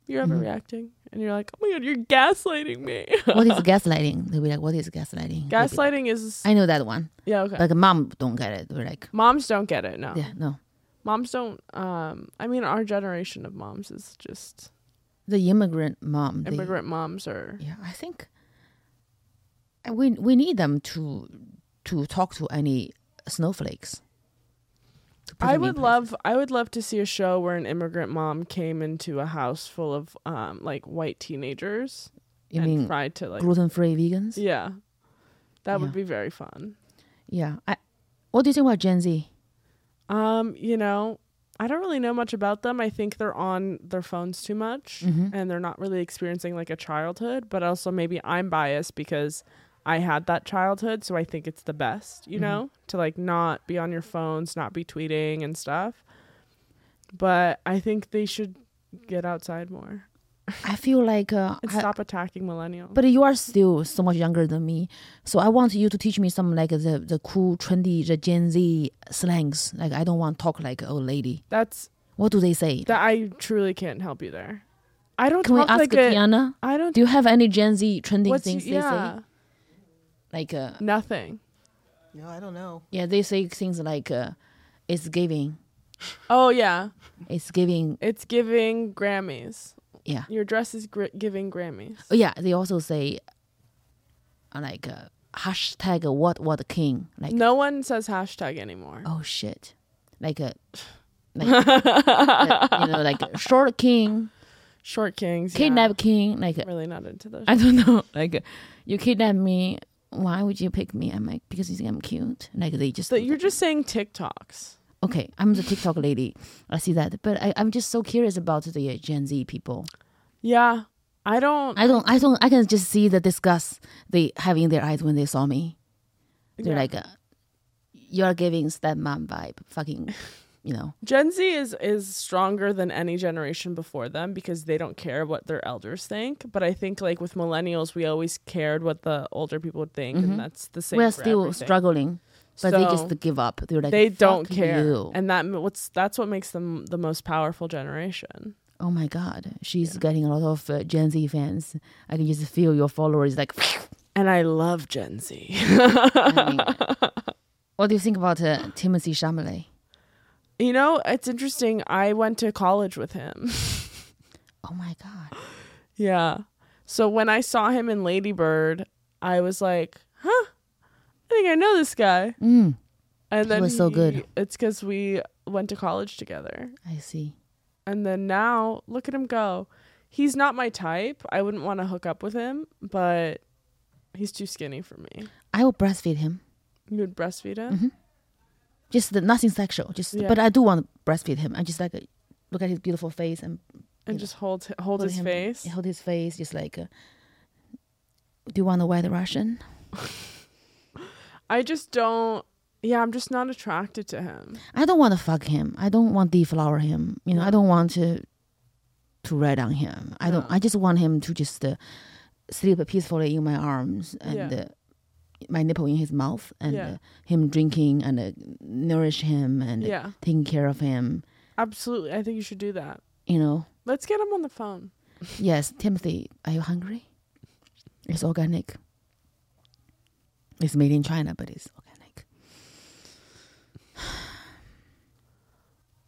Speaker 2: you're overreacting. And you're like, oh my God, you're gaslighting me.
Speaker 1: Mm-hmm.
Speaker 2: <laughs>
Speaker 1: what is gaslighting? They'll be like, "What is gaslighting?" They'll be like,
Speaker 2: gaslighting is,
Speaker 1: I know that one.
Speaker 2: yeah, okay. Oh.
Speaker 1: Like mom don't get it. We're like,
Speaker 2: moms don't get it. No.
Speaker 1: yeah, no.
Speaker 2: Moms don't, um, I mean, our generation of moms is just
Speaker 1: The immigrant mom. they-
Speaker 2: immigrant moms are,
Speaker 1: yeah, I think uh, we we need them to to talk to any snowflakes. to put
Speaker 2: I
Speaker 1: them in
Speaker 2: would
Speaker 1: place.
Speaker 2: love, I would love to see a show where an immigrant mom came into a house full of, um, like white teenagers
Speaker 1: You
Speaker 2: and
Speaker 1: mean
Speaker 2: tried to like,
Speaker 1: gluten free vegans? Yeah.
Speaker 2: yeah, that
Speaker 1: Yeah.
Speaker 2: would be very fun.
Speaker 1: I, what do you think about Gen Z?
Speaker 2: Um, you know, I don't really know much about them. I think they're on their phones too much
Speaker 1: Mm-hmm.
Speaker 2: and they're not really experiencing like a childhood, but also maybe I'm biased because I had that childhood, so I think it's the best,
Speaker 1: Mm-hmm.
Speaker 2: you know, to like not be on your phones, not be tweeting and stuff. But I think they should get outside more
Speaker 1: I feel like uh,
Speaker 2: and
Speaker 1: I-
Speaker 2: stop attacking millennials.
Speaker 1: But you are still so much younger than me, so I want you to teach me some like the the cool, trendy, the Gen Z slangs. Like I don't want to talk like old lady.
Speaker 2: That's
Speaker 1: What do they say?
Speaker 2: that I truly can't help you there. I don't
Speaker 1: Can we
Speaker 2: talk
Speaker 1: ask
Speaker 2: like a,
Speaker 1: Tiana?
Speaker 2: I don't
Speaker 1: Do you have any Gen Z trending
Speaker 2: what's
Speaker 1: things
Speaker 2: yeah,
Speaker 1: they say? Like uh,
Speaker 2: nothing.
Speaker 3: No, I don't know.
Speaker 1: yeah, they say things like uh, "It's giving,
Speaker 2: Oh yeah.
Speaker 1: it's giving."
Speaker 2: It's giving Grammys.
Speaker 1: Yeah,
Speaker 2: Your dress is gr- giving Grammys.
Speaker 1: oh, yeah. They also say uh, like uh, hashtag what what king. Like
Speaker 2: No one says hashtag anymore.
Speaker 1: oh shit, like a
Speaker 2: <laughs>
Speaker 1: like, like, you know like short king,
Speaker 2: Short kings. yeah.
Speaker 1: kidnap king, like.
Speaker 2: I'm really not into those.
Speaker 1: <laughs> I don't know. Like, you kidnap me. Why would you pick me? I'm like, because you think I'm cute. Like, they just.
Speaker 2: So you're just saying TikToks.
Speaker 1: <laughs> okay, I'm the TikTok lady. I see that. But I, I'm just so curious about the uh, Gen Z people.
Speaker 2: Yeah. I don't.
Speaker 1: I don't, I don't, I can just see the disgust they have in their eyes when they saw me. They're
Speaker 2: yeah.
Speaker 1: like, uh, you're giving stepmom vibe. Fucking, you know.
Speaker 2: Gen Z is is stronger than any generation before them because they don't care what their elders think. But I think like with millennials, we always cared what the older people would think, and that's the same.
Speaker 1: We're
Speaker 2: for
Speaker 1: Mm-hmm. still
Speaker 2: everything.
Speaker 1: struggling. But they
Speaker 2: So-
Speaker 1: just give up. They're like,
Speaker 2: They don't
Speaker 1: "Fuck
Speaker 2: care,
Speaker 1: you."
Speaker 2: and that what's that's what makes them the most powerful generation.
Speaker 1: Oh my God. She's getting a lot of uh, Gen Z fans. I can just <laughs> feel your followers like,
Speaker 2: <laughs> And I love Gen Z.
Speaker 1: I mean, What do you think about uh, Timothy Chalamet?
Speaker 2: You know, it's interesting. I went to college with him. <laughs>
Speaker 1: Oh my god.
Speaker 2: yeah. So when I saw him in Ladybird, I was like, huh, I think I know this guy.
Speaker 1: Mm,
Speaker 2: And then
Speaker 1: was so good.
Speaker 2: he- It's because we went to college together.
Speaker 1: I see.
Speaker 2: And then now, look at him go. He's not my type. I wouldn't want to hook up with him, but he's too skinny for me.
Speaker 1: I will breastfeed him.
Speaker 2: You would breastfeed him?
Speaker 1: Just the, nothing sexual. Just
Speaker 2: Yeah.
Speaker 1: but I do want to breastfeed him. I just like uh, look at his beautiful face and
Speaker 2: and
Speaker 1: Mm-hmm. Yeah.
Speaker 2: just hold hold his
Speaker 1: him-
Speaker 2: face.
Speaker 1: Hold his face. Just like. Uh, do you want a white Russian?
Speaker 2: I just don't. Yeah, I'm just not attracted to him.
Speaker 1: I don't want to fuck him. I don't want to deflower him. You know, I don't want to to ride on him. I don't.
Speaker 2: No.
Speaker 1: I just want him to just uh, sleep peacefully in my arms and
Speaker 2: Yeah.
Speaker 1: uh, my nipple in his mouth, and
Speaker 2: Yeah.
Speaker 1: uh, him drinking and uh, nourish him and uh,
Speaker 2: Yeah,
Speaker 1: taking care of him.
Speaker 2: absolutely. I think you should do that.
Speaker 1: You know.
Speaker 2: Let's get him on the phone.
Speaker 1: Yes, Timothy, are you hungry? It's organic. It's made in China, but it's organic.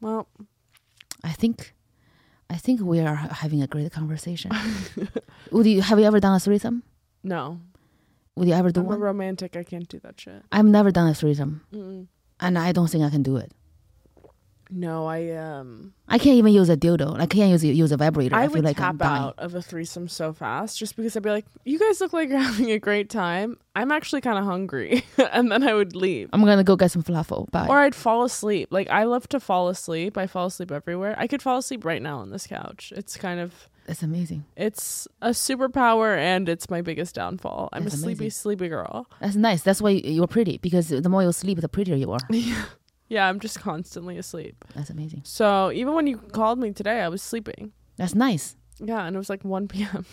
Speaker 2: Well,
Speaker 1: I think, I think we are ha- having a great conversation. <laughs> Would you have you ever done a threesome?
Speaker 2: no,
Speaker 1: Would you ever do
Speaker 2: I'm a
Speaker 1: one?
Speaker 2: romantic. I can't do that shit.
Speaker 1: I've never done a threesome,
Speaker 2: Mm.
Speaker 1: and I don't think I can do it.
Speaker 2: No, I um,
Speaker 1: I can't even use a dildo. I can't use use a vibrator. I,
Speaker 2: I,
Speaker 1: feel
Speaker 2: would
Speaker 1: like I'm
Speaker 2: tap
Speaker 1: dying.
Speaker 2: out of a threesome so fast just because I'd be like, "You guys look like you're <laughs> having a great time. I'm actually kind of hungry," <laughs> and then I would leave.
Speaker 1: I'm gonna go get some falafel. Bye.
Speaker 2: Or I'd fall asleep. Like I love to fall asleep. I fall asleep everywhere. I could fall asleep right now on this couch. It's kind of
Speaker 1: That's amazing.
Speaker 2: It's a superpower and it's my biggest downfall. I'm
Speaker 1: That's
Speaker 2: a sleepy,
Speaker 1: amazing.
Speaker 2: sleepy girl.
Speaker 1: That's nice. That's why you're pretty because the more you sleep, the prettier you
Speaker 2: <laughs>
Speaker 1: are.
Speaker 2: Yeah, I'm just constantly asleep.
Speaker 1: That's amazing.
Speaker 2: So even when you called me today, I was sleeping.
Speaker 1: That's nice.
Speaker 2: Yeah, and it was like <laughs> 1 p.m.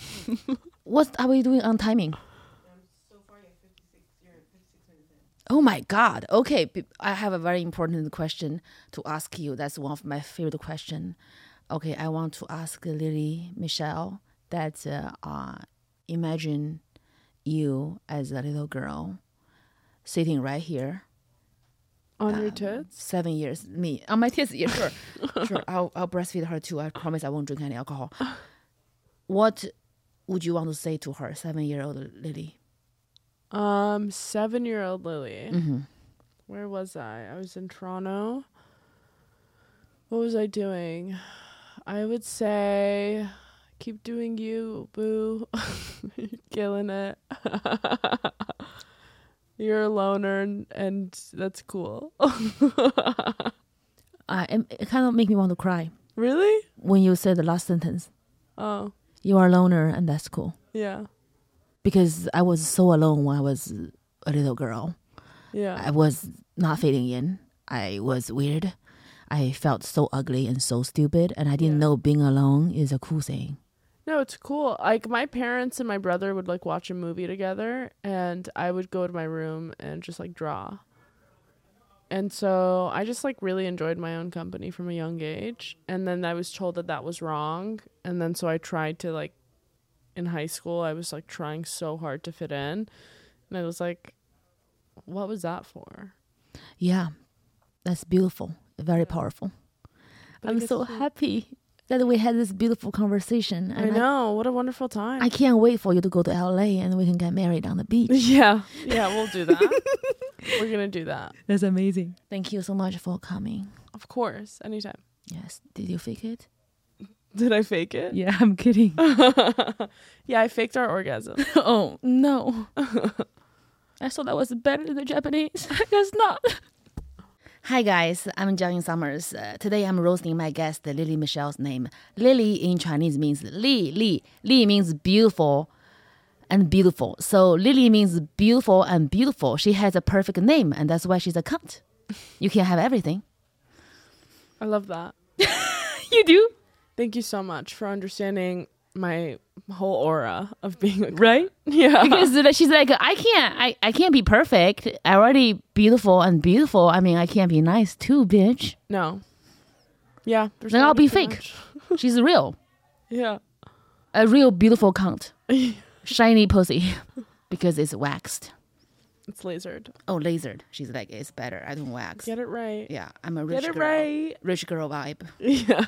Speaker 1: What are we doing on timing? Oh my God. Okay. b- I have a very important question to ask you. That's one of my favorite question. Okay. I want to ask Lily Michelle that uh, uh, imagine you as a little girl sitting right here
Speaker 2: On your tits?
Speaker 1: seven years. Me on my tits. Yeah, <laughs> sure, sure. I'll I'll breastfeed her too. I promise I won't drink any alcohol. What would you want to say to her, seven year old Lily?
Speaker 2: Um, seven year old Lily. Where was I? I was in Toronto. What was I doing? I would say, keep doing you, boo. <laughs> You're killing it. <laughs> You're a loner, and, and that's cool. <laughs>
Speaker 1: Uh, it, it kind of make me want to cry
Speaker 2: really?
Speaker 1: when you said the last sentence.
Speaker 2: Oh,
Speaker 1: You are a loner, and that's cool.
Speaker 2: yeah.
Speaker 1: Because I was so alone when I was a little girl.
Speaker 2: Yeah.
Speaker 1: I was not fitting in. I was weird. I felt so ugly and so stupid, and I didn't
Speaker 2: Yeah.
Speaker 1: know being alone is a cool thing.
Speaker 2: No, it's cool. Like my parents and my brother would like watch a movie together and I would go to my room and just like draw. And so I just like really enjoyed my own company from a young age and then I was told that that was wrong and then so I tried to like in high school I was like trying so hard to fit in and I was like what was that for?
Speaker 1: Yeah, that's beautiful. Very powerful.
Speaker 2: But I
Speaker 1: I'm
Speaker 2: guess
Speaker 1: so
Speaker 2: it's not-
Speaker 1: happy that we had this beautiful conversation.
Speaker 2: I
Speaker 1: And
Speaker 2: know, what a wonderful time.
Speaker 1: I, can't wait for you to go to LA and we can get married on the beach.
Speaker 2: <laughs> yeah. Yeah, we'll do that. We're going to do that.
Speaker 1: That's amazing. Thank you so much for coming.
Speaker 2: Of course, anytime.
Speaker 1: Yes. Did you fake it?
Speaker 2: <laughs> Did I fake it?
Speaker 1: Yeah, I'm kidding.
Speaker 2: yeah, I faked
Speaker 1: <laughs>
Speaker 2: our orgasm.
Speaker 1: oh, no. <laughs> I thought that was better than the Japanese. <laughs> I guess not. Hi guys, I'm Jiaoying Summers. Uh, today I'm roasting my guest Lily Michelle's name. Lily in Chinese means Li Li. Li means beautiful and beautiful. So Lily means beautiful and beautiful. She has a perfect name and that's why she's a <laughs> cunt. You can have everything.
Speaker 2: I love that.
Speaker 1: You do?
Speaker 2: Thank you so much for understanding my whole aura of being a
Speaker 1: Right?
Speaker 2: <laughs>
Speaker 1: <laughs>
Speaker 2: yeah.
Speaker 1: Because like- she's like, I can't, I, I can't be perfect. I already beautiful and beautiful. I mean, I can't be nice too, bitch.
Speaker 2: No. Yeah. there's
Speaker 1: Then
Speaker 2: no
Speaker 1: I'll
Speaker 2: need
Speaker 1: be
Speaker 2: to
Speaker 1: fake.
Speaker 2: match.
Speaker 1: She's real,
Speaker 2: Yeah. <laughs>
Speaker 1: <laughs> a real beautiful cunt, shiny pussy, because it's waxed.
Speaker 2: It's lasered.
Speaker 1: Oh, lasered. She's like, it's better. I don't wax.
Speaker 2: Get it right. <laughs>
Speaker 1: Yeah, I'm a rich
Speaker 2: Get it
Speaker 1: girl.
Speaker 2: right.
Speaker 1: Rich girl vibe.
Speaker 2: Yeah.